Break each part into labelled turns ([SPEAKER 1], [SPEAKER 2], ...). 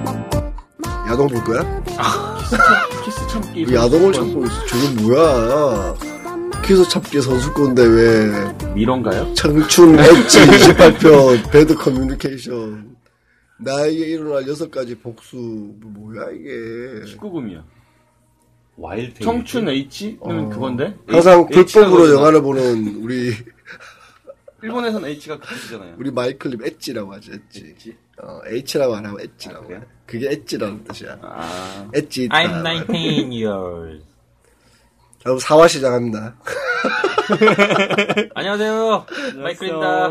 [SPEAKER 1] 먹고 먹어
[SPEAKER 2] 야동 볼 거야?
[SPEAKER 3] 키스 참기.
[SPEAKER 2] 왜그 야동을 참고 있어? 저건 뭐야? 키스 참기 선수 건데 왜
[SPEAKER 3] 미런가요?
[SPEAKER 2] 청춘 엣지 28편 배드 커뮤니케이션 나에게 일어날 여섯 가지 복수 뭐야 이게
[SPEAKER 3] 19금이야.
[SPEAKER 4] 와일드.
[SPEAKER 3] 청춘 H는
[SPEAKER 2] 어.
[SPEAKER 3] 그건데?
[SPEAKER 2] 항상
[SPEAKER 3] H- H가
[SPEAKER 2] 불법으로
[SPEAKER 3] 그거잖아.
[SPEAKER 2] 영화를 보는 우리
[SPEAKER 3] 일본에선 H가 그거잖아요.
[SPEAKER 2] 우리 마이클님 엣지라고 하죠 엣지
[SPEAKER 3] H.
[SPEAKER 2] 어, H라고 안 하고 엣지라고
[SPEAKER 3] 아,
[SPEAKER 2] 해
[SPEAKER 3] 그래요?
[SPEAKER 2] 그게 엣지라는 뜻이야
[SPEAKER 3] 아.
[SPEAKER 2] 엣지 있다
[SPEAKER 4] I'm 19 years.
[SPEAKER 2] 여러분 사화 시작합니다
[SPEAKER 4] 안녕하세요. 마이클입니다.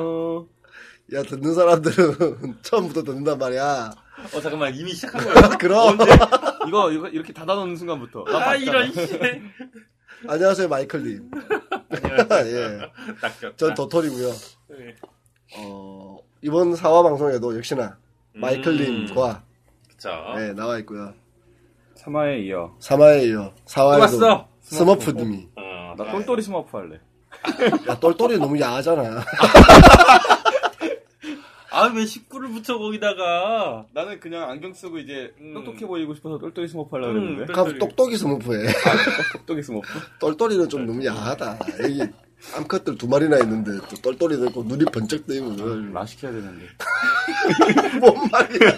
[SPEAKER 2] 야 듣는 사람들은 처음부터 듣는단 말이야
[SPEAKER 3] 어 잠깐만 이미 시작한 거야.
[SPEAKER 2] 그럼
[SPEAKER 3] 이거 이거 이렇게 닫아놓는 순간부터. 나
[SPEAKER 4] 아
[SPEAKER 3] 봤잖아.
[SPEAKER 4] 이런 씨.
[SPEAKER 2] 안녕하세요 마이클님 예. 전 도토리고요.
[SPEAKER 4] 네.
[SPEAKER 2] 어, 이번 사화 방송에도 역시나 마이클님과
[SPEAKER 4] 음. 그쵸.
[SPEAKER 2] 네, 나와 있고요.
[SPEAKER 3] 3화에 이어.
[SPEAKER 2] 3화에 이어
[SPEAKER 3] 왔어.
[SPEAKER 2] 4화에도 스머프님이
[SPEAKER 4] 어,
[SPEAKER 3] 아, 나 똘똘이 스머프 할래.
[SPEAKER 2] 야 똘똘이 너무 야하잖아.
[SPEAKER 4] 아왜 19를 붙여 거기다가.
[SPEAKER 3] 나는 그냥 안경 쓰고 이제
[SPEAKER 4] 음.
[SPEAKER 3] 똑똑해 보이고 싶어서 똘똘이 스머프 하려고
[SPEAKER 4] 음,
[SPEAKER 3] 했는데.
[SPEAKER 2] 그럼 똑똑이 스머프해.
[SPEAKER 4] 아.
[SPEAKER 3] 똑똑이 스머프.
[SPEAKER 2] 똘똘이는 좀 너무 야하다. 여기 암컷들 두 마리나 있는데 또 똘똘이 들고 눈이 번쩍 뜨이면
[SPEAKER 3] 라 시켜야 되는데.
[SPEAKER 2] 뭔 말이야?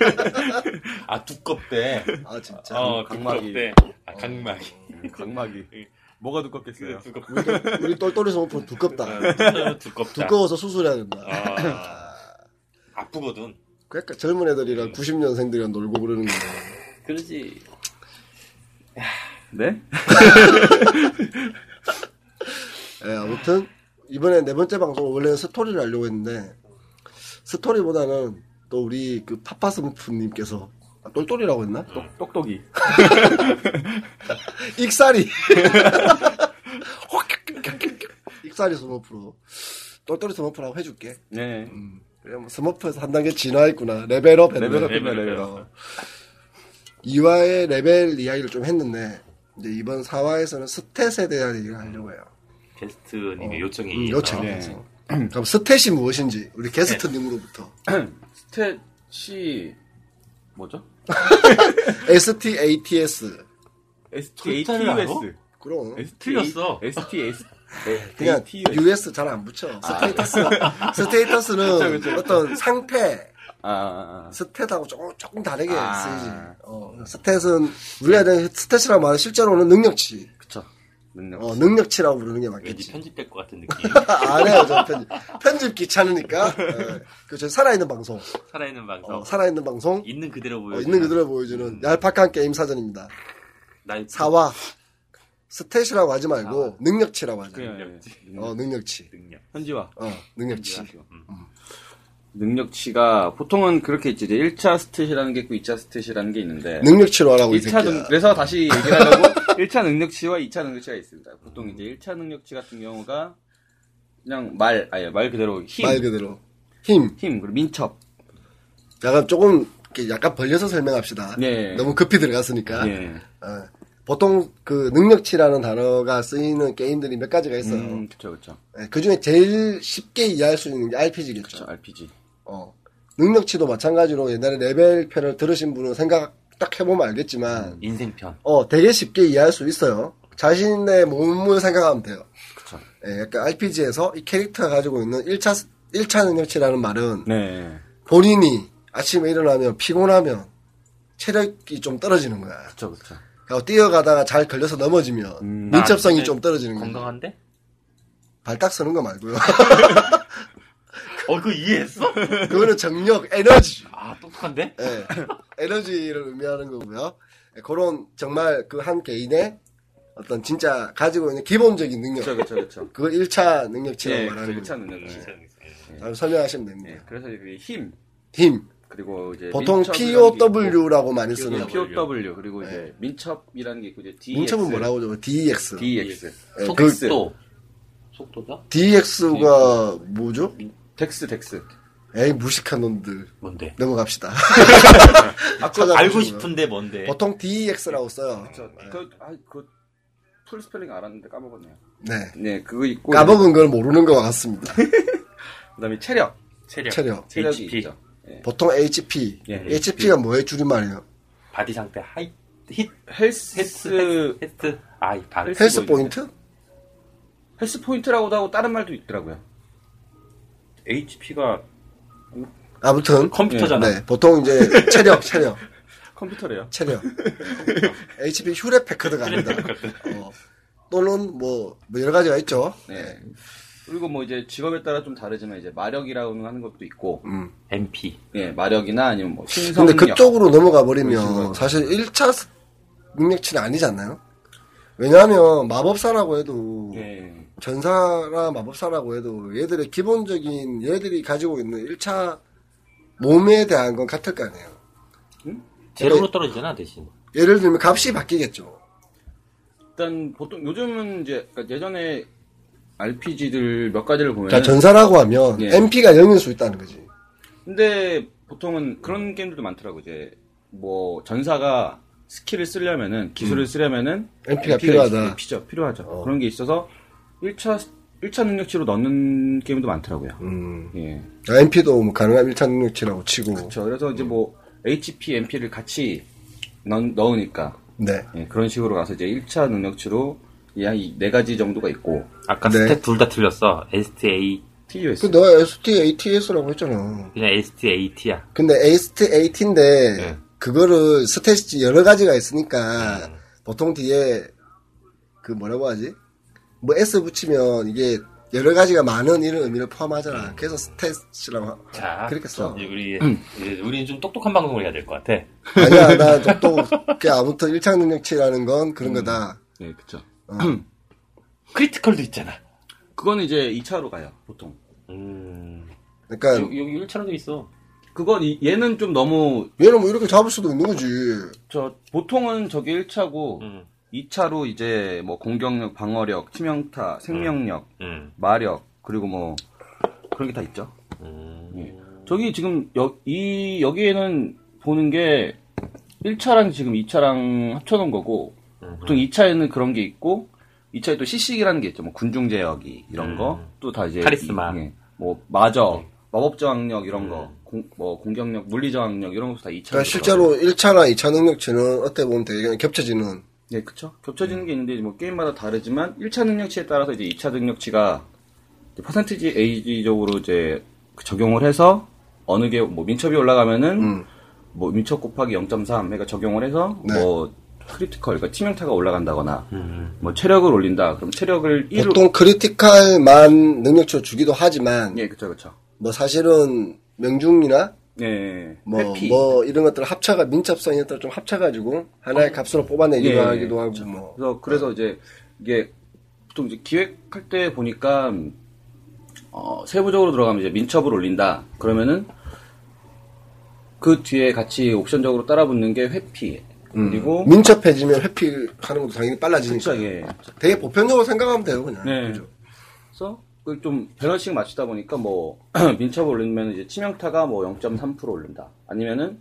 [SPEAKER 4] 아 두껍대.
[SPEAKER 2] 아 진짜.
[SPEAKER 4] 어
[SPEAKER 3] 각막이.
[SPEAKER 4] 두껍대. 아 각막이.
[SPEAKER 3] 각막이. 예. 뭐가 두껍겠어요?
[SPEAKER 4] 두껍다.
[SPEAKER 2] 우리 똘똘이 스머프 두껍다.
[SPEAKER 4] 네, 두껍다.
[SPEAKER 2] 두꺼워서 수술해야 된다.
[SPEAKER 4] 아, 아프거든. 음.
[SPEAKER 2] 그러니까 젊은 애들이랑 90년생들이랑 놀고 그러는 거야.
[SPEAKER 4] 그러지.
[SPEAKER 3] 네?
[SPEAKER 2] 예, 아무튼 이번에 네 번째 방송 원래는 스토리를 하려고 했는데 스토리보다는 또 우리 그 파파스무프님께서 아, 똘똘이라고
[SPEAKER 3] 어.
[SPEAKER 2] 했나?
[SPEAKER 3] 똑똑이.
[SPEAKER 2] 익사리 익사리 스머프로 똘똘이 스머프라고 해줄게
[SPEAKER 3] 네.
[SPEAKER 2] 음, 그래 뭐 스머프에서 한 단계 진화했구나 레벨업 했네
[SPEAKER 3] 레벨업
[SPEAKER 4] 했네,
[SPEAKER 3] 레벨업.
[SPEAKER 2] 2화의 레벨 이야기를 좀 했는데 이제 이번 4화에서는 스탯에 대한 얘기를 하려고 해요
[SPEAKER 4] 게스트님의 요청이.
[SPEAKER 2] 음,
[SPEAKER 4] 있어서.
[SPEAKER 2] 요청해서
[SPEAKER 3] 네.
[SPEAKER 2] 그럼 스탯이 무엇인지 우리 게스트님으로부터
[SPEAKER 3] 스탯이 뭐죠? 네.
[SPEAKER 2] STATS
[SPEAKER 4] 글자를 알아?
[SPEAKER 3] STATUS.
[SPEAKER 2] 그럼
[SPEAKER 4] 틀렸어.
[SPEAKER 3] STS. 네,
[SPEAKER 2] 그냥 US 잘 안 붙여 스테이터스 스테이터스는
[SPEAKER 3] 아. 그쵸, 그쵸.
[SPEAKER 2] 어떤 상태
[SPEAKER 3] 아, 아, 아.
[SPEAKER 2] 스탯하고 조금, 조금 다르게
[SPEAKER 3] 아.
[SPEAKER 2] 쓰이지 어, 스탯은 우리가 는 스탯이라고 말하는 실제로는 능력치
[SPEAKER 3] 그쵸. 능력.
[SPEAKER 2] 어, 능력치라고 부르는 게
[SPEAKER 4] 왠지
[SPEAKER 2] 맞겠지
[SPEAKER 4] 편집될 것 같은 느낌.
[SPEAKER 2] 안 해요 저 편집 편집 귀찮으니까 어, 그저 살아있는 방송
[SPEAKER 4] 살아있는 방송.
[SPEAKER 2] 어, 살아있는 방송
[SPEAKER 4] 있는 그대로 보여.
[SPEAKER 2] 어, 있는 그대로
[SPEAKER 3] 음.
[SPEAKER 2] 보여주는 얄팍한 게임 사전입니다
[SPEAKER 4] 날
[SPEAKER 2] 사화 스탯이라고 하지 말고
[SPEAKER 3] 사화.
[SPEAKER 2] 능력치라고 하자
[SPEAKER 3] 그냥
[SPEAKER 4] 능력치.
[SPEAKER 3] 능력.
[SPEAKER 2] 어 능력치
[SPEAKER 4] 능력.
[SPEAKER 3] 현지화. 음.
[SPEAKER 2] 어 능력치
[SPEAKER 3] 능력치가 보통은 그렇게 있지. 이제 1차 스탯이라는 게 있고 2차 스탯이라는 게 있는데
[SPEAKER 2] 능력치로 하라고 이
[SPEAKER 3] 1차
[SPEAKER 2] 새끼야.
[SPEAKER 3] 능, 그래서 다시 얘기하려고 1차 능력치와 2차 능력치가 있습니다. 보통 이제 1차 능력치 같은 경우가 그냥 말 아예 말 그대로 힘,
[SPEAKER 2] 말 그대로 힘.
[SPEAKER 3] 힘 그리고 민첩.
[SPEAKER 2] 약간 조금 이렇게 약간 벌려서 설명합시다.
[SPEAKER 3] 네.
[SPEAKER 2] 너무 급히 들어갔으니까.
[SPEAKER 3] 예.
[SPEAKER 2] 어, 보통 그 능력치라는 단어가 쓰이는 게임들이 몇 가지가 있어요.
[SPEAKER 3] 음, 그쵸 그쵸.
[SPEAKER 2] 그 중에 제일 쉽게 이해할 수 있는 게 RPG겠죠.
[SPEAKER 3] 그쵸 RPG.
[SPEAKER 2] 어. 능력치도 마찬가지로 옛날에 레벨 편을 들으신 분은 생각 딱 해보면 알겠지만
[SPEAKER 3] 음.
[SPEAKER 4] 인생편.
[SPEAKER 2] 어, 되게 쉽게 이해할 수 있어요. 자신의 몸을 생각하면 돼요.
[SPEAKER 3] 그쵸.
[SPEAKER 2] 예, 약간 RPG에서 이 캐릭터가 가지고 있는 1차, 1차 능력치라는 말은
[SPEAKER 3] 네.
[SPEAKER 2] 본인이 아침에 일어나면 피곤하면 체력이 좀 떨어지는 거야.
[SPEAKER 3] 그쵸 그쵸.
[SPEAKER 2] 그리고 뛰어가다가 잘 걸려서 넘어지면
[SPEAKER 3] 음.
[SPEAKER 2] 민첩성이
[SPEAKER 4] 아,
[SPEAKER 2] 좀 떨어지는 거야.
[SPEAKER 4] 건강한데?
[SPEAKER 2] 발딱 서는 거 말고요.
[SPEAKER 4] 어, 그거 이해했어?
[SPEAKER 2] 그거는 정력, 에너지.
[SPEAKER 4] 아, 똑똑한데?
[SPEAKER 2] 예, 에너지를 의미하는 거고요. 예, 그런 정말 그 한 개인의 어떤 진짜 가지고 있는 기본적인 능력.
[SPEAKER 3] 그쵸 그쵸 그쵸.
[SPEAKER 2] 그걸 1차 능력치라고
[SPEAKER 3] 예,
[SPEAKER 4] 네.
[SPEAKER 2] 말하는 거죠.
[SPEAKER 3] 1차 능력치.
[SPEAKER 2] 잘 설명하시면 됩니다.
[SPEAKER 3] 예, 그래서 이게 힘,
[SPEAKER 2] 힘,
[SPEAKER 3] 그리고 이제
[SPEAKER 2] 보통
[SPEAKER 3] 민첩이라는 게 있고, 예,
[SPEAKER 2] POW라고 많이 쓰는
[SPEAKER 3] POW 그리고 이제 민첩이라는 게 있고 이제 DX
[SPEAKER 2] 네. 민첩은 뭐라고 죠 DEX.
[SPEAKER 3] DX
[SPEAKER 2] 예, 그
[SPEAKER 3] 텍스.
[SPEAKER 4] 속도. 속도가?
[SPEAKER 2] DEX가 뭐죠?
[SPEAKER 3] 덱스 덱스
[SPEAKER 2] 에이 무식한 놈들.
[SPEAKER 4] 뭔데?
[SPEAKER 2] 넘어갑시다. 찾아보시고요.
[SPEAKER 4] 알고 싶은데 뭔데?
[SPEAKER 2] 보통 DEX라고 써요.
[SPEAKER 3] 저그 풀스펠링 알았는데 까먹었네요
[SPEAKER 2] 네.
[SPEAKER 3] 네 그거 있고
[SPEAKER 2] 까먹은 걸 모르는 것 같습니다.
[SPEAKER 3] 이제 그다음에 체력
[SPEAKER 4] 체력.
[SPEAKER 2] 체력.
[SPEAKER 3] 체력이
[SPEAKER 4] HP.
[SPEAKER 3] 있죠
[SPEAKER 2] 보통 HP.
[SPEAKER 3] 예,
[SPEAKER 2] HP가 뭐의 줄임말이에요?
[SPEAKER 4] 바디 상태 하이 힛
[SPEAKER 3] 헬스
[SPEAKER 4] 헬스 헬스 아이 바디
[SPEAKER 3] 헬스
[SPEAKER 2] 헬스 포인트?
[SPEAKER 3] 헬스 포인트라고도 하고 다른 말도 있더라고요
[SPEAKER 4] HP가
[SPEAKER 2] 아무튼
[SPEAKER 4] 컴퓨터잖아.
[SPEAKER 2] 네, 보통 이제 체력, 체력,
[SPEAKER 3] 컴퓨터래요
[SPEAKER 2] 체력. HP 휴렛 패커드가 아니다. 어, 또는 뭐, 뭐 여러 가지가 있죠.
[SPEAKER 3] 네 그리고 뭐 이제 직업에 따라 좀 다르지만 이제 마력이라고 하는 것도 있고
[SPEAKER 4] MP.
[SPEAKER 3] 예 마력이나 아니면 뭐 신성력
[SPEAKER 2] 음. 근데 그쪽으로 넘어가 버리면
[SPEAKER 3] 그렇죠.
[SPEAKER 2] 사실 1차 능력치는 아니지 않나요? 왜냐하면 마법사라고 해도
[SPEAKER 3] 예
[SPEAKER 2] 전사나 마법사라고 해도 얘들의 기본적인 얘들이 가지고 있는 1차 몸에 대한 건 같을 거 아니에요.
[SPEAKER 4] 제로로 떨어지잖아 대신.
[SPEAKER 2] 예를 들면 값이 바뀌겠죠.
[SPEAKER 3] 일단 보통 요즘은 이제 그러니까 예전에 RPG들 몇 가지를 보면
[SPEAKER 2] 자, 전사라고 하면
[SPEAKER 3] 예.
[SPEAKER 2] MP가 0일 수 있다는 거지.
[SPEAKER 3] 근데 보통은 그런 게임들도 많더라고 이제 뭐 전사가 스킬을 쓰려면은 기술을 쓰려면은
[SPEAKER 2] 음. MP 가 필요하다.
[SPEAKER 3] 죠 필요하죠. 그런 게 있어서 1차 1차 능력치로 넣는 게임도 많더라고요.
[SPEAKER 2] 음.
[SPEAKER 3] 예.
[SPEAKER 2] MP도 아, 뭐 가능한 1차 능력치라고 치고.
[SPEAKER 3] 그렇죠. 그래서 이제 뭐 HP, MP를 같이 넣, 넣으니까
[SPEAKER 2] 네.
[SPEAKER 3] 예, 그런 식으로 가서 이제 1차 능력치로 이네 가지 정도가 있고
[SPEAKER 4] 아까
[SPEAKER 2] 네.
[SPEAKER 4] 스탯 둘 다 틀렸어. STA
[SPEAKER 3] TUS.
[SPEAKER 2] 그 너가 ST, ATS라고 했잖아.
[SPEAKER 4] 그냥 STAT야.
[SPEAKER 2] 근데 AST, AT인데
[SPEAKER 4] 네.
[SPEAKER 2] 그거를 스탯이 여러 가지가 있으니까 보통 뒤에 그 뭐라고 하지? 뭐 S 붙이면 이게 여러 가지가 많은 이런 의미를 포함하잖아. 그래서 스탯이라고 하-
[SPEAKER 4] 자,
[SPEAKER 2] 아, 그렇게 써.
[SPEAKER 4] 이제 우리
[SPEAKER 2] 음.
[SPEAKER 4] 이제 우리는 좀 똑똑한 방송을 해야 될 것 같아.
[SPEAKER 2] 아니야, 나 또, 그 아무튼 1차 능력치라는 건 그런 거다.
[SPEAKER 3] 예, 그렇죠.
[SPEAKER 2] 어.
[SPEAKER 4] 크리티컬도 있잖아.
[SPEAKER 3] 그거는 이제 2차로 가요, 보통.
[SPEAKER 4] 음,
[SPEAKER 2] 그러니까
[SPEAKER 4] 여기, 여기 1차로도 있어.
[SPEAKER 3] 그건 이- 얘는 좀 너무
[SPEAKER 2] 얘는 뭐 이렇게 잡을 수도 있는 거지. 그러니까
[SPEAKER 3] 저 보통은 저게 1차고
[SPEAKER 4] 음.
[SPEAKER 3] 2차로 이제 뭐 공격력, 방어력, 치명타, 생명력,
[SPEAKER 4] 음,
[SPEAKER 3] 마력 그리고 뭐 그런 게 다 있죠.
[SPEAKER 4] 음,
[SPEAKER 3] 예. 저기 지금 여, 이 여기에는 보는 게 1차랑 지금 2차랑 합쳐놓은 거고
[SPEAKER 4] 음.
[SPEAKER 3] 보통 2차에는 그런 게 있고 2차에 또 시식이라는 게 있죠. 뭐 군중 제어기 이런 거 또 다 이제
[SPEAKER 4] 음. 카리스마. 네. 음.
[SPEAKER 3] 이- 예. 뭐 마저 마법 저항력 이런 거, 공, 뭐 공격력, 물리 저항력 이런 것도 다 2차.
[SPEAKER 2] 그러니까 실제로 1차나 2차 능력치는 어떻게 보면 되게 그냥 겹쳐지는
[SPEAKER 3] 네, 그쵸. 겹쳐지는 게 있는데, 뭐, 게임마다 다르지만, 1차 능력치에 따라서 이제 2차 능력치가, 이제 퍼센티지 에이지적으로 이제, 그 적용을 해서, 어느 게, 뭐, 민첩이 올라가면은, 뭐, 민첩 곱하기 0.3, 그러니까 적용을 해서,
[SPEAKER 2] 음. 네. 음,
[SPEAKER 3] 뭐, 크리티컬, 그러니까 치명타가 올라간다거나, 뭐, 체력을 올린다, 그럼 체력을 1로.
[SPEAKER 2] 보통 크리티컬만 능력치로 주기도 하지만
[SPEAKER 3] 예, 그쵸, 그쵸.
[SPEAKER 2] 뭐 사실은 명중이나
[SPEAKER 3] 예,
[SPEAKER 2] 뭐,
[SPEAKER 3] 회피.
[SPEAKER 2] 뭐 이런 것들을 합쳐가 민첩성 이런 것들을 좀 합쳐가지고 하나의 값으로 뽑아내기도
[SPEAKER 3] 예,
[SPEAKER 2] 하기도 하고
[SPEAKER 3] 그쵸.
[SPEAKER 2] 뭐
[SPEAKER 3] 그래서 그래서 이제 이게 보통 이제 기획할 때 보니까 어, 세부적으로 들어가면 이제 민첩을 올린다 그러면은 그 뒤에 같이 옵션적으로 따라붙는 게 회피 그리고
[SPEAKER 2] 음. 민첩해지면 회피하는 것도 당연히 빨라지니까
[SPEAKER 3] 어? 그쵸, 예.
[SPEAKER 2] 되게 보편적으로 생각하면 돼요 그냥
[SPEAKER 3] 네.
[SPEAKER 2] 그죠?
[SPEAKER 3] 그래서 그걸 좀 밸런싱 맞추다 보니까 뭐 민첩을 올리면 이제 치명타가 뭐 0.3% 올린다. 아니면은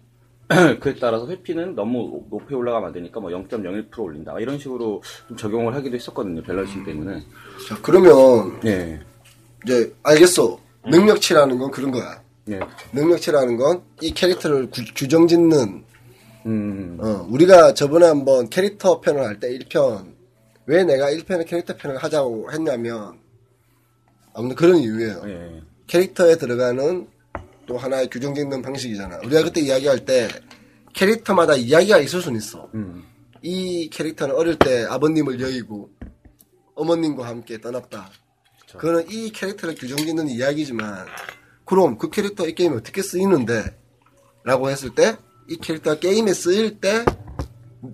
[SPEAKER 3] 그에 따라서 회피는 너무 높이 올라가면 안 되니까 뭐 0.01% 올린다. 이런 식으로 좀 적용을 하기도 했었거든요. 밸런싱 때문에.
[SPEAKER 2] 자, 그러면
[SPEAKER 3] 예.
[SPEAKER 2] 이제 알겠어 능력치라는 건 그런 거야
[SPEAKER 3] 예.
[SPEAKER 2] 능력치라는 건 이 캐릭터를 구- 규정짓는
[SPEAKER 3] 음.
[SPEAKER 2] 어, 우리가 저번에 한번 캐릭터 편을 할 때 1편 왜 내가 1편에 캐릭터 편을 하자고 했냐면 아무튼 그런 이유예요.
[SPEAKER 3] 예.
[SPEAKER 2] 캐릭터에 들어가는 또 하나의 규정 짓는 방식이잖아. 우리가 그때 이야기할 때 캐릭터마다 이야기가 있을 수는 있어.
[SPEAKER 3] 음.
[SPEAKER 2] 이 캐릭터는 어릴 때 아버님을 여의고 어머님과 함께 떠났다. 그거는 이 캐릭터를 규정 짓는 이야기지만 그럼 그 캐릭터 이 게임에 어떻게 쓰이는데 라고 했을 때 이 캐릭터가 게임에 쓰일 때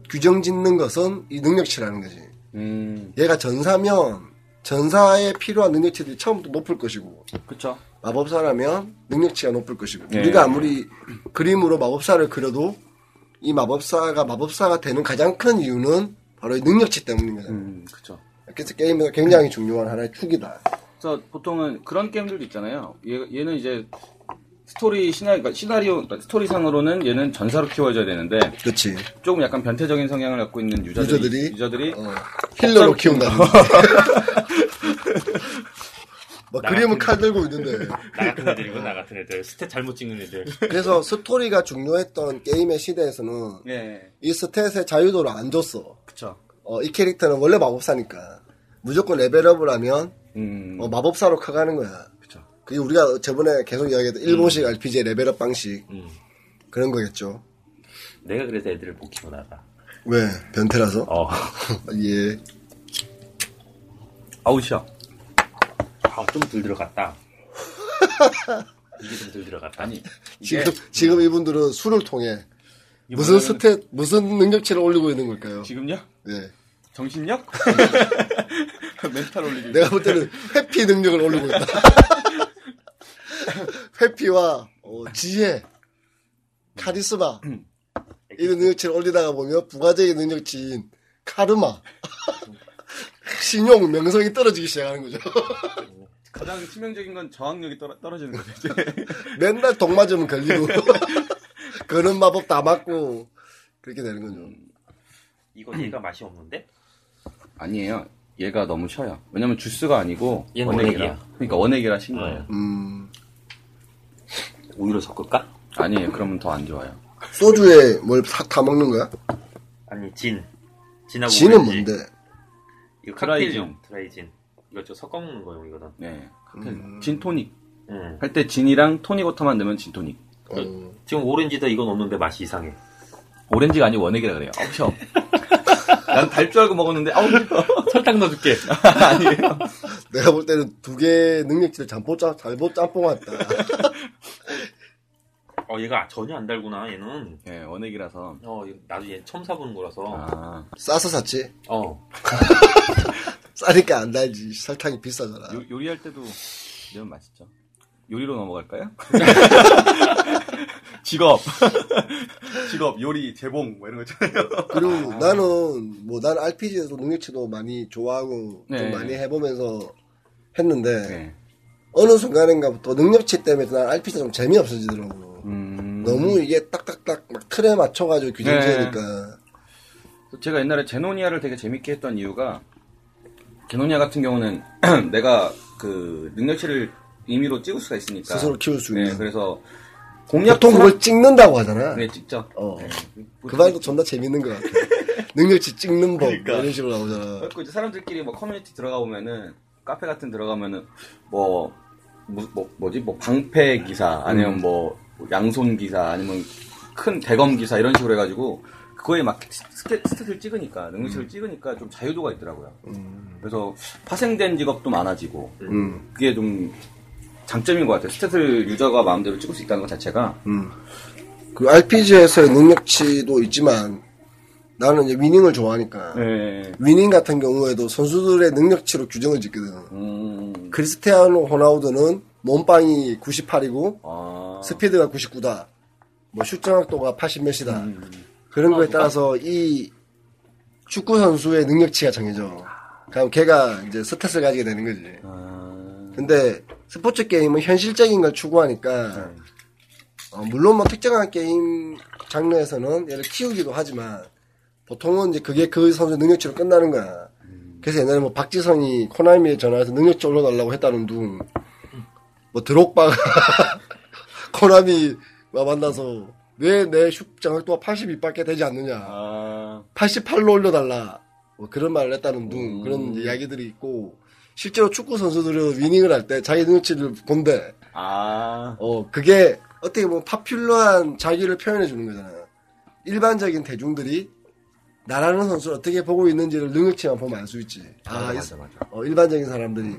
[SPEAKER 2] 규정 짓는 것은 이 능력치라는 거지.
[SPEAKER 3] 음.
[SPEAKER 2] 얘가 전사면 전사에 필요한 능력치들이 처음부터 높을 것이고
[SPEAKER 3] 그쵸.
[SPEAKER 2] 마법사라면 능력치가 높을 것이고
[SPEAKER 3] 네.
[SPEAKER 2] 우리가 아무리 그림으로 마법사를 그려도 이 마법사가 마법사가 되는 가장 큰 이유는 바로 이 능력치 때문인 거잖아요.
[SPEAKER 3] 음, 그쵸.
[SPEAKER 2] 그래서 게임에서 굉장히 중요한 하나의 축이다.
[SPEAKER 3] 그래서 보통은 그런 게임들도 있잖아요. 얘, 는 이제 스토리 시나리오, 그러니까 시나리오, 그러니까 스토리상으로는 얘는 전사로 키워줘야 되는데
[SPEAKER 2] 그렇지.
[SPEAKER 3] 조금 약간 변태적인 성향을 갖고 있는 유저들이
[SPEAKER 2] 유저들이?
[SPEAKER 3] 유저들이
[SPEAKER 2] 어, 힐러로 키운다든지. 막 그림은 칼 들고 있는데.
[SPEAKER 4] 나 같은 애들이고 나 같은 애들 스탯 잘못 찍는 애들
[SPEAKER 2] 그래서 스토리가 중요했던 게임의 시대에서는
[SPEAKER 3] 예,
[SPEAKER 2] 이 스탯의 자유도를 안 줬어.
[SPEAKER 3] 그쵸.
[SPEAKER 2] 어, 이 캐릭터는 원래 마법사니까 무조건 레벨업을 하면
[SPEAKER 3] 음,
[SPEAKER 2] 어, 마법사로 커가는 거야.
[SPEAKER 4] 그쵸.
[SPEAKER 2] 그게 우리가 저번에 계속 이야기했던 일본식 RPG 레벨업 방식
[SPEAKER 4] 음.
[SPEAKER 2] 그런 거겠죠.
[SPEAKER 4] 내가 그래서 애들을 못 키고 나가
[SPEAKER 2] 왜 변태라서?
[SPEAKER 4] 어
[SPEAKER 2] 예.
[SPEAKER 3] 아웃이야.
[SPEAKER 4] 아좀 덜 들어갔다 이게 좀 덜 들어갔다
[SPEAKER 3] 아니, 이게
[SPEAKER 2] 지금 지금 이분들은 술을 통해 무슨 스탯 무슨 능력치를 올리고 있는 걸까요?
[SPEAKER 3] 지금요?
[SPEAKER 2] 예.
[SPEAKER 3] 정신력? 멘탈 올리기.
[SPEAKER 2] 내가 볼 때는 회피 능력을 올리고 있다. 회피와 어, 지혜, 카리스마 이런 능력치를 올리다가 보면 부가적인 능력치인 카르마, 신용, 명성이 떨어지기 시작하는 거죠.
[SPEAKER 3] 가장 치명적인 건 저항력이 떨어, 떨어지는 거죠. 이제.
[SPEAKER 2] 맨날 독 맞으면 걸리고 그런 마법 다 맞고 그렇게 되는 거죠.
[SPEAKER 4] 이거 얘가 맛이 없는데
[SPEAKER 3] 아니에요. 얘가 너무 쉬어요. 왜냐면 주스가 아니고
[SPEAKER 4] 얘는 원액이야.
[SPEAKER 3] 그러니까 원액이라 신 거예요.
[SPEAKER 2] 음,
[SPEAKER 4] 우유로 섞을까
[SPEAKER 3] 아니에요. 그러면 더 안 좋아요.
[SPEAKER 2] 소주에 뭘 타, 타 먹는 거야?
[SPEAKER 4] 아니 진 진하고
[SPEAKER 2] 진은
[SPEAKER 4] 오렌지.
[SPEAKER 2] 뭔데?
[SPEAKER 4] 이거
[SPEAKER 3] 드라이진.
[SPEAKER 4] 칵테일용 드라이진 이거 저 섞어 먹는 거용 이거는
[SPEAKER 3] 네. 칵테일. 진토닉
[SPEAKER 4] 음.
[SPEAKER 3] 할 때 진이랑 토닉 워터만 넣으면 진토닉.
[SPEAKER 2] 어,
[SPEAKER 4] 지금 오렌지다 이건 없는데 맛이 이상해
[SPEAKER 3] 오렌지가 아니고 원액이라 그래요. 아우 쉬어. 난달 줄 알고 먹었는데 아우 쉬어.
[SPEAKER 4] 설탕 넣어줄게
[SPEAKER 3] 아니에요.
[SPEAKER 2] 내가 볼 때는 두 개의 능력치를 잘못 짬, 잘못 짬뽕 왔다.
[SPEAKER 4] 어 얘가 전혀 안 달구나 얘는
[SPEAKER 3] 예, 원액이라서.
[SPEAKER 4] 어 이거 나도 얘 처음 사보는 거라서
[SPEAKER 3] 아,
[SPEAKER 2] 싸서 샀지.
[SPEAKER 4] 어
[SPEAKER 2] 싸니까 안 달지. 설탕이 비싸잖아.
[SPEAKER 3] 요, 요리할 때도 이러면 맛있죠. 요리로 넘어갈까요? 직업. 직업, 요리, 재봉, 뭐 이런 거 있잖아요.
[SPEAKER 2] 그리고 나는 뭐 난 RPG에서 능력치도 많이 좋아하고
[SPEAKER 3] 네.
[SPEAKER 2] 좀 많이 해보면서 했는데
[SPEAKER 3] 네.
[SPEAKER 2] 어느 순간인가부터 능력치 때문에 난 RPG가 좀 재미없어지더라고.
[SPEAKER 3] 음.
[SPEAKER 2] 너무 이게 딱딱딱 막 틀에 맞춰가지고 규정지으니까
[SPEAKER 3] 제가 옛날에 제노니아를 되게 재밌게 했던 이유가 제노니아 같은 경우는 내가 그 능력치를 임의로 찍을 수가 있으니까
[SPEAKER 2] 스스로 키울 수
[SPEAKER 3] 네,
[SPEAKER 2] 있는.
[SPEAKER 3] 그래서 공략
[SPEAKER 2] 보통 그걸 찍는다고 하잖아.
[SPEAKER 3] 네, 찍죠.
[SPEAKER 2] 어.
[SPEAKER 3] 네.
[SPEAKER 2] 그 말도 존나 재밌는 것 같아. 능력치 찍는 법
[SPEAKER 3] 그러니까.
[SPEAKER 2] 이런 식으로 나오잖아.
[SPEAKER 3] 그래갖고 이제 사람들끼리 뭐 커뮤니티 들어가 보면은 카페 같은 들어가 보면은 뭐, 뭐, 뭐 뭐지 뭐 방패 기사 아니면 뭐 양손 기사 아니면 큰 대검 기사 이런 식으로 해가지고 그거에 막 스탯, 스탯을 찍으니까 능력치를 찍으니까 좀 자유도가 있더라고요. 그래서 파생된 직업도 많아지고
[SPEAKER 2] 음,
[SPEAKER 3] 그게 좀 장점인 것 같아요. 스탯을 유저가 마음대로 찍을 수 있다는 것 자체가
[SPEAKER 2] 음. 그 RPG에서의 능력치도 있지만 나는 이제 위닝을 좋아하니까
[SPEAKER 3] 네.
[SPEAKER 2] 위닝 같은 경우에도 선수들의 능력치로 규정을 짓거든.
[SPEAKER 3] 음,
[SPEAKER 2] 크리스티아노 호나우드는 몸빵이 98이고
[SPEAKER 3] 아,
[SPEAKER 2] 스피드가 99다. 뭐 슛 정확도가 80 몇이다.
[SPEAKER 3] 음.
[SPEAKER 2] 그런 거에 따라서 이 축구 선수의 능력치가 정해져. 그럼 걔가 이제 스탯을 가지게 되는 거지.
[SPEAKER 3] 아,
[SPEAKER 2] 근데 스포츠 게임은 현실적인 걸 추구하니까 어, 물론 뭐 특정한 게임 장르에서는 얘를 키우기도 하지만 보통은 이제 그게 그 선수 의 능력치로 끝나는 거야. 그래서 옛날에 뭐 박지성이 코나미에 전화해서 능력치 올려달라고 했다는 둥, 뭐 드록바가 코나미와 만나서 왜 내 슛 장악도가 82밖에 되지 않느냐,
[SPEAKER 3] 아,
[SPEAKER 2] 88로 올려달라, 뭐 그런 말을 했다는 둥 그런 이야기들이 있고 실제로 축구 선수들은 위닝을 할 때 자기 능력치를 본대.
[SPEAKER 3] 아,
[SPEAKER 2] 어, 그게 어떻게 보면 파퓰러한 자기를 표현해 주는 거잖아요. 일반적인 대중들이 나라는 선수를 어떻게 보고 있는지를 능력치만 보면 알 수 있지. 아, 이- 어, 일반적인 사람들이.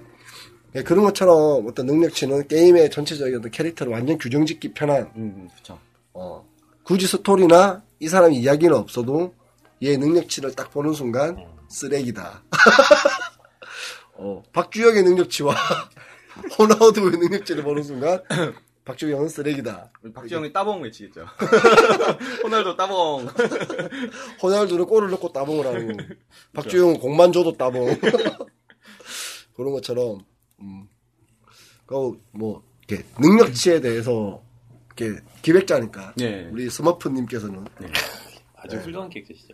[SPEAKER 2] 예, 그런 것처럼 어떤 능력치는 게임의 전체적인 어떤 캐릭터를 완전 규정 짓기 편한,
[SPEAKER 3] 음, 그쵸.
[SPEAKER 2] 어, 굳이 스토리나 이 사람 이야기는 없어도 얘 능력치를 딱 보는 순간 쓰레기다. 어, 박주혁의 능력치와 호나우드의 능력치를 보는 순간 박주영은 쓰레기다.
[SPEAKER 3] 그 박지영이 따봉 외치겠죠. 호날두 따봉.
[SPEAKER 2] 호날두는 골을 넣고 따봉을 하고 박주영은 공만 줘도 따봉. 그런 것처럼 음. 그뭐 이렇게 능력치에 대해서 이렇게 기획자니까
[SPEAKER 3] 예.
[SPEAKER 2] 우리 스머프님께서는
[SPEAKER 4] 아주
[SPEAKER 3] 네.
[SPEAKER 4] 훌륭한 캐릭터시죠.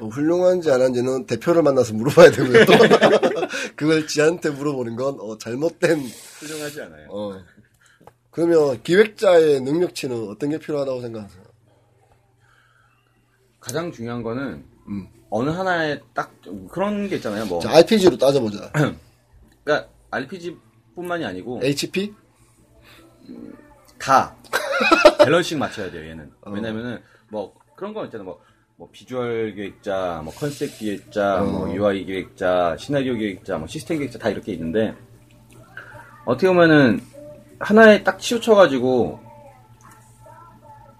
[SPEAKER 2] 어, 훌륭한지 안 한지는 대표를 만나서 물어봐야 되고요. 그걸 지한테 물어보는 건 어, 잘못된.
[SPEAKER 3] 훌륭하지 않아요.
[SPEAKER 2] 어. 그러면 기획자의 능력치는 어떤 게 필요하다고 생각하세요?
[SPEAKER 3] 가장 중요한 거는 어느 하나에 딱 그런 게 있잖아요. 뭐
[SPEAKER 2] 자, RPG로 따져보자.
[SPEAKER 3] 어. 그러니까 RPG뿐만이 아니고
[SPEAKER 2] HP?
[SPEAKER 3] 다 밸런싱 맞춰야 돼요. 얘는
[SPEAKER 2] 어.
[SPEAKER 3] 왜냐면은 뭐 그런 거 있잖아요. 뭐, 뭐 비주얼 기획자, 뭐 컨셉 기획자,
[SPEAKER 2] 어.
[SPEAKER 3] 뭐 UI 기획자, 시나리오 기획자, 뭐 시스템 기획자 다 이렇게 있는데 어떻게 보면은 하나에 딱 치우쳐가지고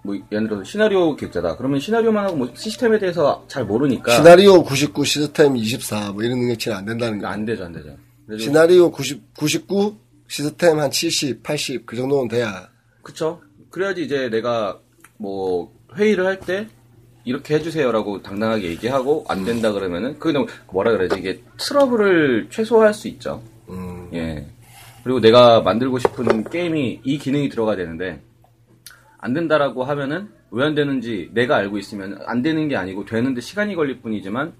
[SPEAKER 3] 뭐 예를 들어 서 시나리오 기획자다. 그러면 시나리오만 하고 뭐 시스템에 대해서 잘 모르니까
[SPEAKER 2] 시나리오 99, 시스템 24, 뭐 이런 능력치는 안 된다는 거.
[SPEAKER 3] 안 되죠, 안 되죠. 그래서-
[SPEAKER 2] 시나리오 90, 99, 시스템 한 70, 80, 그 정도는 돼야.
[SPEAKER 3] 그쵸. 그래야지 이제 내가 뭐 회의를 할 때 이렇게 해주세요라고 당당하게 얘기하고 안 된다 그러면은 그게 너무 뭐라 그래야지 이게 트러블을 최소화할 수 있죠.
[SPEAKER 2] 음,
[SPEAKER 3] 예. 그리고 내가 만들고 싶은 게임이 이 기능이 들어가야 되는데 안 된다라고 하면은 왜 안 되는지 내가 알고 있으면 안 되는 게 아니고 되는데 시간이 걸릴 뿐이지만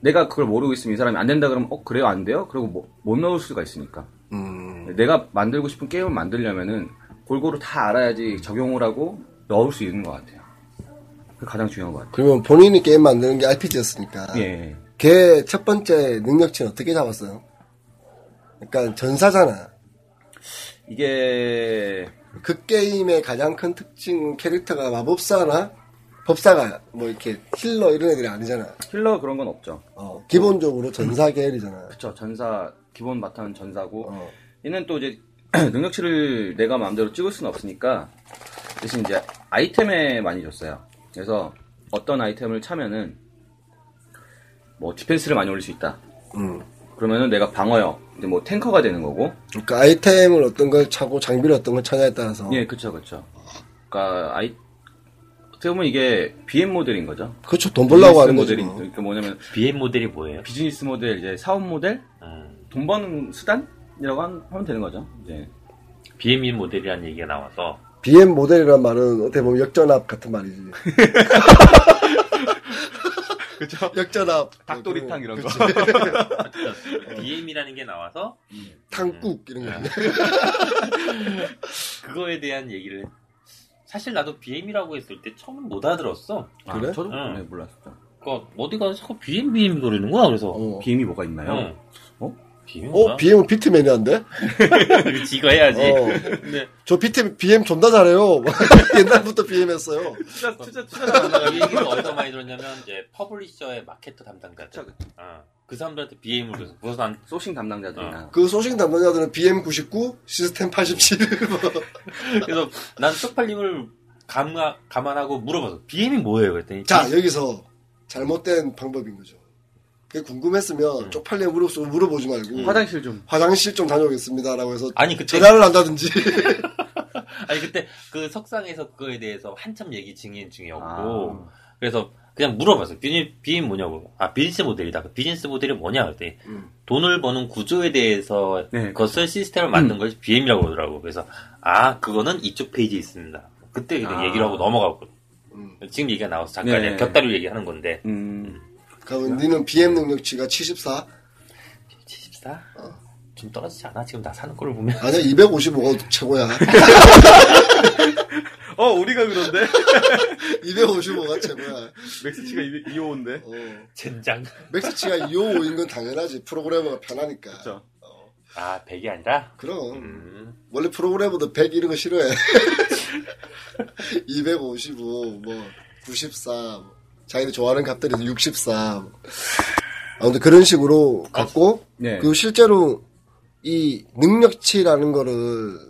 [SPEAKER 3] 내가 그걸 모르고 있으면 이 사람이 안 된다 그러면 어 그래요 안 돼요? 그리고 뭐- 못 넣을 수가 있으니까.
[SPEAKER 2] 음,
[SPEAKER 3] 내가 만들고 싶은 게임을 만들려면은 골고루 다 알아야지 적용을 하고 넣을 수 있는 것 같아요. 그게 가장 중요한 것 같아요.
[SPEAKER 2] 그러면 본인이 게임 만드는 게 RPG였으니까.
[SPEAKER 3] 예.
[SPEAKER 2] 걔 첫 번째 능력치는 어떻게 잡았어요? 약간 전사잖아.
[SPEAKER 3] 이게
[SPEAKER 2] 그 게임의 가장 큰 특징은 캐릭터가 마법사나 법사가 뭐 이렇게 힐러 이런 애들이 아니잖아.
[SPEAKER 3] 힐러 그런 건 없죠.
[SPEAKER 2] 어, 기본적으로 전사 계열이잖아.
[SPEAKER 3] 그쵸. 전사 기본 바탕은 전사고
[SPEAKER 2] 어.
[SPEAKER 3] 얘는 또 이제 능력치를 내가 마음대로 찍을 수는 없으니까 대신 이제 아이템에 많이 줬어요. 그래서 어떤 아이템을 차면은 뭐 디펜스를 많이 올릴 수 있다.
[SPEAKER 2] 음.
[SPEAKER 3] 그러면은 내가 방어요. 이제 뭐 탱커가 되는 거고
[SPEAKER 2] 그러니까 아이템을 어떤 걸 차고 장비를 어떤 걸 차냐에 따라서
[SPEAKER 3] 예, 그쵸, 그쵸. 그니까, 아이, 어떻게 보면 이게 BM 모델인 거죠.
[SPEAKER 2] 그렇죠 돈 벌라고 하는 거지
[SPEAKER 3] 모델인,
[SPEAKER 2] 뭐.
[SPEAKER 3] 그러니까 뭐냐면,
[SPEAKER 4] BM 모델이 뭐예요?
[SPEAKER 3] 비즈니스 모델, 이제 사업 모델,
[SPEAKER 4] 음,
[SPEAKER 3] 돈 버는 수단이라고 한- 하면 되는 거죠. 이제.
[SPEAKER 4] BM E 모델이라는 얘기가 나와서
[SPEAKER 2] BM 모델이란 말은 어떻게 보면 역전압 같은 말이지
[SPEAKER 3] 그쵸.
[SPEAKER 2] 역전압
[SPEAKER 3] 닭도리탕 이런 거.
[SPEAKER 2] 그렇죠.
[SPEAKER 4] BM이라는 게 나와서
[SPEAKER 2] 탕국 이런 거
[SPEAKER 3] 음.
[SPEAKER 4] 그거에 대한 얘기를 사실 나도 BM이라고 했을 때 처음 못 알아들었어.
[SPEAKER 3] 아,
[SPEAKER 2] 그래?
[SPEAKER 3] 저도
[SPEAKER 4] 응.
[SPEAKER 3] 네, 몰랐었죠.
[SPEAKER 4] 그러니까 어디 가서 자꾸 BM BM 그러는구나 그래서.
[SPEAKER 2] 어.
[SPEAKER 3] BM이 뭐가 있나요?
[SPEAKER 4] 응.
[SPEAKER 3] 어? E.
[SPEAKER 4] BM?
[SPEAKER 2] 어? BM은 비트맨이한데?
[SPEAKER 4] 그렇지 이거 해야지. 네.
[SPEAKER 2] 어.
[SPEAKER 4] 근데
[SPEAKER 2] 저 비트, BM 존나 잘해요 옛날부터 BM 했어요
[SPEAKER 3] 투자, 투자, 투자.
[SPEAKER 4] 그러니까 이 얘기를 어디서 많이 들었냐면 이제 퍼블리셔의 마케터 담당자들.
[SPEAKER 3] 그쵸,
[SPEAKER 4] 어. 그 사람들한테 BM을 그래서 그래서 난
[SPEAKER 3] 소싱 담당자들이나.
[SPEAKER 2] 그 소식 담당자들은 BM 99 시스템 87
[SPEAKER 4] 그래서 난 쪽팔림을 감가, 감안하고 물어봐서 BM이 뭐예요? 그랬더니
[SPEAKER 2] 자, 여기서 잘못된 방법인 거죠. 그게 궁금했으면 쪽팔려 물어보, 물어보지 말고
[SPEAKER 3] 음. 화장실 좀.
[SPEAKER 2] 화장실 좀 다녀오겠습니다라고 해서
[SPEAKER 4] 아니 그때
[SPEAKER 2] 전화를 한다든지
[SPEAKER 4] 아니 그때 그 석상에서 그거에 대해서 한참 얘기 증인
[SPEAKER 3] 아.
[SPEAKER 4] 중이었고 그래서 그냥 물어봤어요. 비즈니스 BM 뭐냐고. 아 비즈니스 모델이다. 그 비즈니스 모델이 뭐냐 그랬더니 돈을 버는 구조에 대해서
[SPEAKER 3] 네. 음.
[SPEAKER 4] 거슬 시스템을 만든 것이 BM이라고 그러더라고. 그래서 아 그거는 이쪽 페이지에 있습니다. 그때 그냥
[SPEAKER 3] 아.
[SPEAKER 4] 얘기를 하고 넘어갔고
[SPEAKER 2] 음.
[SPEAKER 4] 지금 얘기가 나와서 잠깐
[SPEAKER 3] 네.
[SPEAKER 4] 그냥 곁다리로 얘기하는 건데
[SPEAKER 3] 음.
[SPEAKER 2] 그러면 니는 BM 능력치가 74
[SPEAKER 4] 74? 좀 떨어지지 않아? 지금 나 사는 거를 보면
[SPEAKER 2] 아니야 255가 최고야
[SPEAKER 3] 어, 우리가 그런데?
[SPEAKER 2] 255가 최고야
[SPEAKER 3] 맥스치가 2호인데.
[SPEAKER 2] 어.
[SPEAKER 4] 젠장
[SPEAKER 2] 맥스치가 255인 건 당연하지 프로그래머가 편하니까
[SPEAKER 3] 그쵸.
[SPEAKER 4] 아 100이 아니라?
[SPEAKER 2] 그럼
[SPEAKER 4] 음.
[SPEAKER 2] 원래 프로그래머도 100 이런 거 싫어해 255 뭐 94, 뭐, 자기들 좋아하는 값들에서 64. 뭐. 아무튼 그런 식으로 갖고
[SPEAKER 3] 네.
[SPEAKER 2] 그리고 실제로 이 능력치라는 거를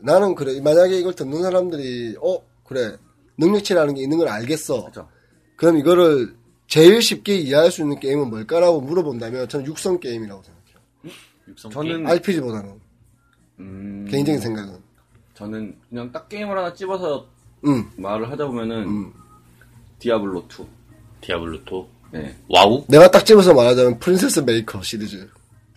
[SPEAKER 2] 나는 그래 만약에 이걸 듣는 사람들이 어 그래 능력치라는 게 있는 걸 알겠어
[SPEAKER 3] 그쵸.
[SPEAKER 2] 그럼 이거를 제일 쉽게 이해할 수 있는 게임은 뭘까라고 물어본다면 저는 육성 게임이라고 생각해요
[SPEAKER 4] 육성
[SPEAKER 3] 저는
[SPEAKER 2] RPG보다는
[SPEAKER 3] 음,
[SPEAKER 2] 개인적인 생각은.
[SPEAKER 3] 저는 그냥 딱 게임을 하나 찝어서
[SPEAKER 2] 응,
[SPEAKER 3] 말을 하다 보면은
[SPEAKER 2] 응.
[SPEAKER 3] 디아블로 2.
[SPEAKER 4] 디아블로 2.
[SPEAKER 3] 네.
[SPEAKER 4] 와우?
[SPEAKER 2] 내가 딱 집어서 말하자면 프린세스 메이커 시리즈.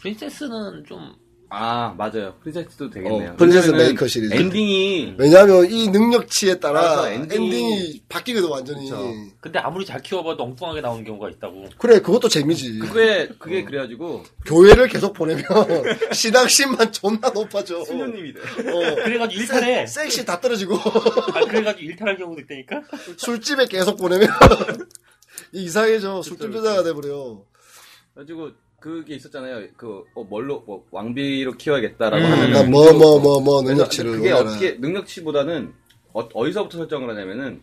[SPEAKER 4] 프린세스는 좀
[SPEAKER 3] 아 맞아요. 프리젝트도 되겠네요.
[SPEAKER 2] 어, 프린세스
[SPEAKER 3] 왜냐면은
[SPEAKER 2] 메이커 시리즈.
[SPEAKER 3] 엔딩이
[SPEAKER 2] 왜냐하면 이 능력치에 따라
[SPEAKER 3] 따라서 엔딩이-
[SPEAKER 2] 엔딩이 바뀌거든 완전히.
[SPEAKER 3] 그쵸.
[SPEAKER 4] 근데 아무리 잘 키워봐도 엉뚱하게 나오는 경우가 있다고.
[SPEAKER 2] 그래 그것도 재미지.
[SPEAKER 3] 그게 그게
[SPEAKER 2] 어.
[SPEAKER 3] 그래가지고
[SPEAKER 2] 교회를 계속 보내면 신앙심만 존나 높아져.
[SPEAKER 3] 수녀님이 돼.
[SPEAKER 2] 어.
[SPEAKER 4] 그래가지고 일탈해.
[SPEAKER 2] 섹시 다 떨어지고
[SPEAKER 4] 아, 그래가지고 일탈할 경우도 있다니까?
[SPEAKER 2] 술집에 계속 보내면 이상해져. 술집
[SPEAKER 3] 그쵸.
[SPEAKER 2] 여자가 돼버려.
[SPEAKER 3] 그래가지고 그게 있었잖아요. 그 어, 뭘로 뭐 왕비로 키워야겠다라고
[SPEAKER 2] 그러니까
[SPEAKER 3] 하는
[SPEAKER 2] 뭐 뭐 뭐 뭐 능력치를
[SPEAKER 3] 음. 그게
[SPEAKER 2] 올려라.
[SPEAKER 3] 어떻게 능력치보다는 어, 어디서부터 설정을 하냐면은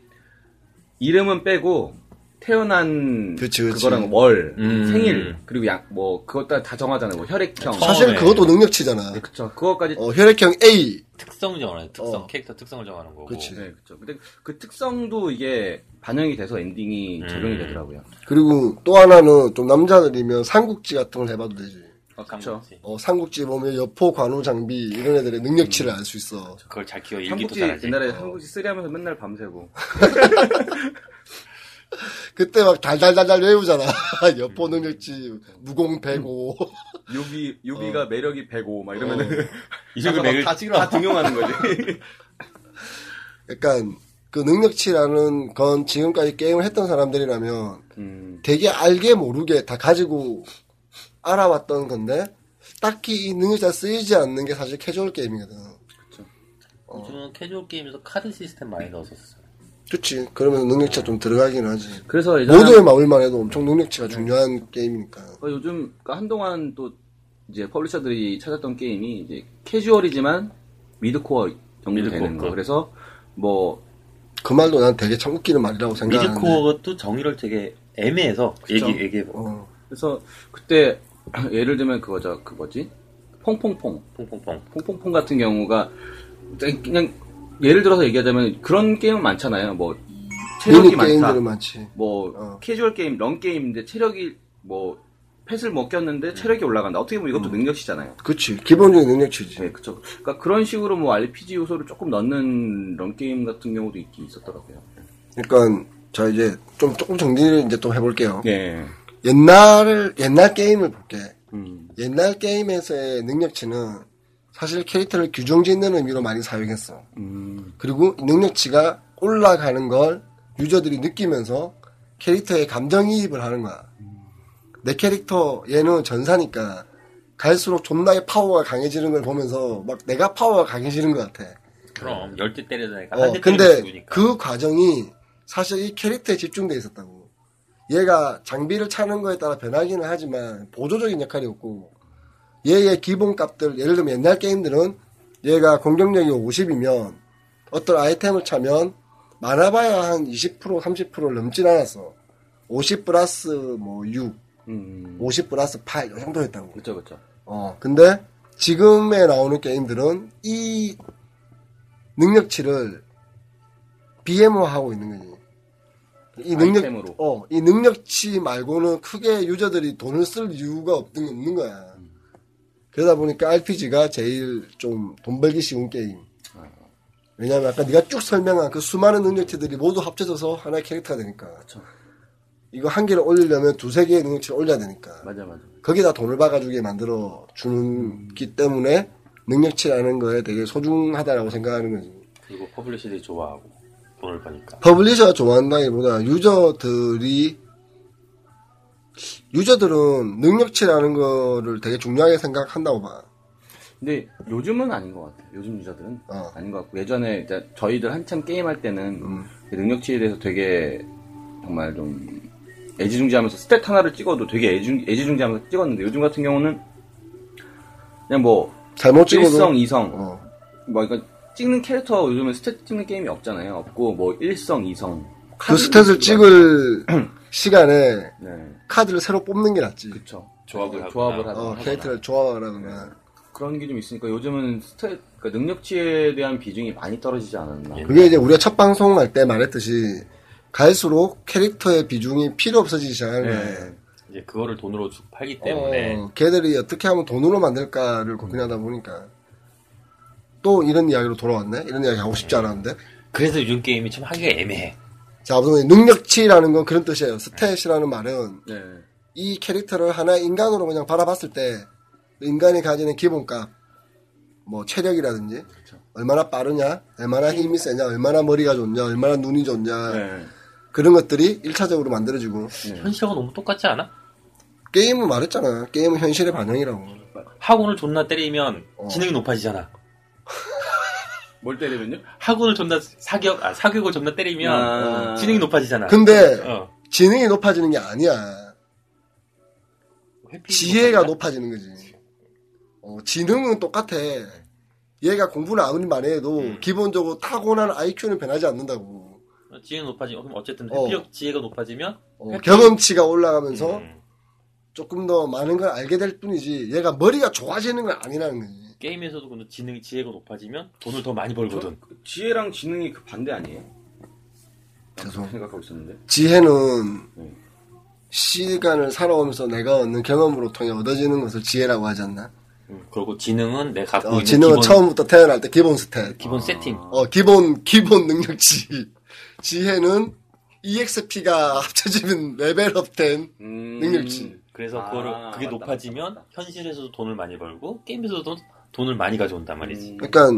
[SPEAKER 3] 이름은 빼고 태어난
[SPEAKER 2] 그치, 그치.
[SPEAKER 3] 거랑월
[SPEAKER 4] 음.
[SPEAKER 3] 생일 그리고 양 뭐 그것 따라 다 정하잖아요. 뭐 혈액형.
[SPEAKER 4] 사-
[SPEAKER 2] 사실
[SPEAKER 4] 처음에.
[SPEAKER 2] 그것도 능력치잖아.
[SPEAKER 3] 네, 그쵸. 그거까지
[SPEAKER 2] 어, 혈액형 A.
[SPEAKER 4] 특성 정하는 특성
[SPEAKER 2] 어.
[SPEAKER 4] 캐릭터 특성을 정하는 거고.
[SPEAKER 2] 그치.
[SPEAKER 3] 네, 그쵸. 근데 그 특성도 이게 반영이 돼서 엔딩이
[SPEAKER 4] 음.
[SPEAKER 3] 적용이 되더라고요.
[SPEAKER 2] 그리고 또 하나는 좀 남자들이면 삼국지 같은 걸 해봐도 되지.
[SPEAKER 3] 아,
[SPEAKER 4] 삼국지.
[SPEAKER 2] 어, 삼국지 보면 여포 관우 장비 이런 애들의 능력치를 알 수 있어.
[SPEAKER 4] 그걸 잘 키워 일기도
[SPEAKER 3] 한국지
[SPEAKER 4] 잘하지. 어.
[SPEAKER 3] 옛날에 한국지 쓰리 하면서 맨날 밤새고
[SPEAKER 2] 그때 막 달달달달 외우잖아. 여포 능력치 무공배고.
[SPEAKER 3] 요비 요비가 매력이 105, 막 이러면은
[SPEAKER 4] 어. 이름을
[SPEAKER 3] 가서 막
[SPEAKER 4] 매일-
[SPEAKER 3] 다, 찍어- 다 등용하는 거지.
[SPEAKER 2] 약간 그 능력치라는 건 지금까지 게임을 했던 사람들이라면
[SPEAKER 3] 음,
[SPEAKER 2] 되게 알게 모르게 다 가지고 알아왔던 건데 딱히 이 능력자 쓰이지 않는 게 사실 캐주얼 게임이거든.
[SPEAKER 4] 요즘은 캐주얼 게임에서 카드 시스템 많이 넣었었어. 요
[SPEAKER 2] 그치. 그러면 능력치가 좀 들어가긴 하지.
[SPEAKER 3] 그래서 예전에
[SPEAKER 2] 모두의 마을만 해도 엄청 능력치가 중요한 게임이니까.
[SPEAKER 3] 어, 요즘 그러니까 한동안 또 이제 퍼블리셔들이 찾았던 게임이 이제 캐주얼이지만 미드코어 정도 되는
[SPEAKER 4] 미드코어급.
[SPEAKER 3] 거. 그래서 뭐
[SPEAKER 2] 그 말도 난 되게 참 웃기는 말이라고 생각하는데.
[SPEAKER 4] 미드코어도 정의를 되게 애매해서 얘기 얘기
[SPEAKER 2] 어.
[SPEAKER 3] 그래서 그때 예를 들면 그거죠 그 뭐지 퐁퐁퐁
[SPEAKER 4] 퐁퐁퐁.
[SPEAKER 3] 퐁퐁퐁 같은 경우가 그냥 예를 들어서 얘기하자면 그런 게임은 많잖아요. 뭐 체력이
[SPEAKER 2] 미니
[SPEAKER 3] 많다.
[SPEAKER 2] 게임들은 많지.
[SPEAKER 3] 뭐
[SPEAKER 2] 어.
[SPEAKER 3] 캐주얼 게임, 런 게임인데 체력이 뭐 패스를 못 꼈는데 체력이 올라간다. 어떻게 보면 이것도 능력치잖아요.
[SPEAKER 2] 그치. 기본적인 능력치지.
[SPEAKER 3] 네, 그쵸. 그러니까 그런 식으로 뭐 RPG 요소를 조금 넣는 런 게임 같은 경우도 있긴 있었더라고요.
[SPEAKER 2] 그러니까 자 이제 좀 조금 정리를 이제 또 해볼게요.
[SPEAKER 3] 예.
[SPEAKER 2] 옛날 옛날 게임을 볼게.
[SPEAKER 3] 음.
[SPEAKER 2] 옛날 게임에서의 능력치는 사실 캐릭터를 규정짓는 의미로 많이 사용했어.
[SPEAKER 3] 음.
[SPEAKER 2] 그리고 이 능력치가 올라가는 걸 유저들이 느끼면서 캐릭터에 감정이입을 하는 거야. 내 캐릭터 얘는 전사니까 갈수록 존나게 파워가 강해지는 걸 보면서 막 내가 파워가 강해지는 것 같아.
[SPEAKER 4] 그럼 열 대 때려다니까
[SPEAKER 2] 어,
[SPEAKER 4] 한대 때리면
[SPEAKER 2] 근데
[SPEAKER 4] 죽으니까.
[SPEAKER 2] 그 과정이 사실 이 캐릭터에 집중돼 있었다고. 얘가 장비를 차는 거에 따라 변하기는 하지만 보조적인 역할이었고 얘의 기본 값들 예를 들면 옛날 게임들은 얘가 공격력이 50이면 어떤 아이템을 차면 많아봐야 한 20% 30%를 넘진 않았어. 50 플러스 뭐 6,
[SPEAKER 3] 음.
[SPEAKER 2] 50 플러스 8, 이 정도였다고.
[SPEAKER 3] 그쵸, 그쵸.
[SPEAKER 2] 어, 근데 지금에 나오는 게임들은 이 능력치를 BM화하고 있는 거지. 이 능력,
[SPEAKER 3] 아이템으로.
[SPEAKER 2] 어, 이 능력치 말고는 크게 유저들이 돈을 쓸 이유가 없는, 없는 거야. 그러다 보니까 RPG가 제일 좀 돈 벌기 쉬운 게임. 왜냐면 아까 네가 쭉 설명한 그 수많은 능력치들이 모두 합쳐져서 하나의 캐릭터가 되니까. 이거 한 개를 올리려면 두세 개의 능력치를 올려야 되니까.
[SPEAKER 3] 맞아, 맞아.
[SPEAKER 2] 거기다 돈을 박아주게 만들어 주는기 때문에 능력치라는 거에 되게 소중하다라고 생각하는 거지.
[SPEAKER 4] 그리고 퍼블리시들이 좋아하고 돈을 버니까.
[SPEAKER 2] 퍼블리셔가 좋아한다기보다 유저들이 유저들은 능력치라는 거를 되게 중요하게 생각한다고 봐.
[SPEAKER 3] 근데 요즘은 아닌 것 같아요. 요즘 유저들은
[SPEAKER 2] 어. 음.
[SPEAKER 3] 아닌 것 같고 예전에 이제 저희들 한참 게임할 때는 그 능력치에 대해서 되게 정말 좀 애지중지하면서 스탯 하나를 찍어도 되게 애지, 애지중지하면서 찍었는데 요즘 같은 경우는 그냥 뭐
[SPEAKER 2] 잘못
[SPEAKER 3] 일성,
[SPEAKER 2] 찍어도
[SPEAKER 3] 이성
[SPEAKER 2] 어,
[SPEAKER 3] 뭐 그러니까 찍는 캐릭터 요즘은 스탯 찍는 게임이 없잖아요. 없고 뭐 일성, 이성
[SPEAKER 2] 그 스탯을 찍을 시간에
[SPEAKER 3] 네,
[SPEAKER 2] 카드를 새로 뽑는 게 낫지.
[SPEAKER 3] 그렇죠.
[SPEAKER 4] 조합을
[SPEAKER 3] 조합을
[SPEAKER 4] 하거나.
[SPEAKER 3] 하거나.
[SPEAKER 2] 어, 캐릭터를 조합하라거나.
[SPEAKER 3] 그런 게 좀 있으니까 요즘은 스탯 그러니까 능력치에 대한 비중이 많이 떨어지지 않았나.
[SPEAKER 4] 예.
[SPEAKER 2] 그게 이제 우리가 첫 방송할 때 말했듯이 갈수록 캐릭터의 비중이 필요 없어지기
[SPEAKER 3] 네.
[SPEAKER 2] 시작하는 거예요.
[SPEAKER 4] 이제 그거를 돈으로 주- 팔기 때문에
[SPEAKER 2] 어, 걔들이 어떻게 하면 돈으로 만들까를 고민하다 보니까 또 이런 이야기로 돌아왔네? 이런 이야기 하고 싶지 않았는데.
[SPEAKER 4] 그래서 요즘 게임이 참 하기가 애매해.
[SPEAKER 2] 자, 아무튼 능력치라는 건 그런 뜻이에요. 스탯이라는 말은
[SPEAKER 3] 네.
[SPEAKER 2] 이 캐릭터를 하나의 인간으로 그냥 바라봤을 때 인간이 가지는 기본값 뭐 체력이라든지
[SPEAKER 4] 그렇죠.
[SPEAKER 2] 얼마나 빠르냐 얼마나 힘이 세냐 얼마나 머리가 좋냐 얼마나 눈이 좋냐
[SPEAKER 3] 네.
[SPEAKER 2] 그런 것들이 1차적으로 만들어지고
[SPEAKER 4] 현실하고 너무 똑같지 않아?
[SPEAKER 2] 게임은 말했잖아 게임은 현실의 반영이라고
[SPEAKER 4] 학원을 존나 때리면
[SPEAKER 2] 어.
[SPEAKER 4] 지능이 높아지잖아.
[SPEAKER 3] 뭘 때리면요?
[SPEAKER 4] 학원을 존나 사격, 아, 사격을 존나 때리면
[SPEAKER 3] 아.
[SPEAKER 4] 어, 지능이 높아지잖아.
[SPEAKER 2] 근데
[SPEAKER 4] 어.
[SPEAKER 2] 지능이 높아지는 게 아니야
[SPEAKER 4] 회피가
[SPEAKER 2] 지혜가
[SPEAKER 4] 높아지나?
[SPEAKER 2] 높아지는 거지 어, 지능은 똑같아 얘가 공부를 아무리 많이 해도
[SPEAKER 4] 음.
[SPEAKER 2] 기본적으로 타고난 IQ는 변하지 않는다고
[SPEAKER 4] 어, 지혜가 높아지. 그럼 어쨌든
[SPEAKER 2] 어.
[SPEAKER 4] 회피력 지혜가 높아지면
[SPEAKER 2] 어, 경험치가 올라가면서
[SPEAKER 4] 음,
[SPEAKER 2] 조금 더 많은 걸 알게 될 뿐이지 얘가 머리가 좋아지는 건 아니라는 거지.
[SPEAKER 4] 게임에서도 근데 지능 지혜가 높아지면 돈을 더 많이 벌거든.
[SPEAKER 3] 그 지혜랑 지능이 그 반대 아니에요?
[SPEAKER 2] 죄송.
[SPEAKER 3] 생각하고 있었는데.
[SPEAKER 2] 지혜는
[SPEAKER 3] 네.
[SPEAKER 4] 음.
[SPEAKER 2] 시간을 살아오면서 내가 얻는 경험으로 통해 얻어지는 것을 지혜라고 하지 않나?
[SPEAKER 4] 음, 그리고 지능은 내가 갖고
[SPEAKER 2] 어,
[SPEAKER 4] 있는
[SPEAKER 2] 지능은
[SPEAKER 4] 기본,
[SPEAKER 2] 처음부터 태어날 때 기본 스탯.
[SPEAKER 4] 기본
[SPEAKER 3] 아.
[SPEAKER 4] 세팅.
[SPEAKER 2] 어, 기본 기본 능력치. 지혜는 EXP가 합쳐지면 레벨업된
[SPEAKER 3] 음.
[SPEAKER 2] 능력치.
[SPEAKER 4] 그래서
[SPEAKER 3] 아,
[SPEAKER 4] 그거를 그게
[SPEAKER 3] 맞다,
[SPEAKER 4] 높아지면
[SPEAKER 3] 맞다, 맞다.
[SPEAKER 4] 현실에서도 돈을 많이 벌고 게임에서도 돈을 많이 가져온단 말이지.
[SPEAKER 2] 그러니까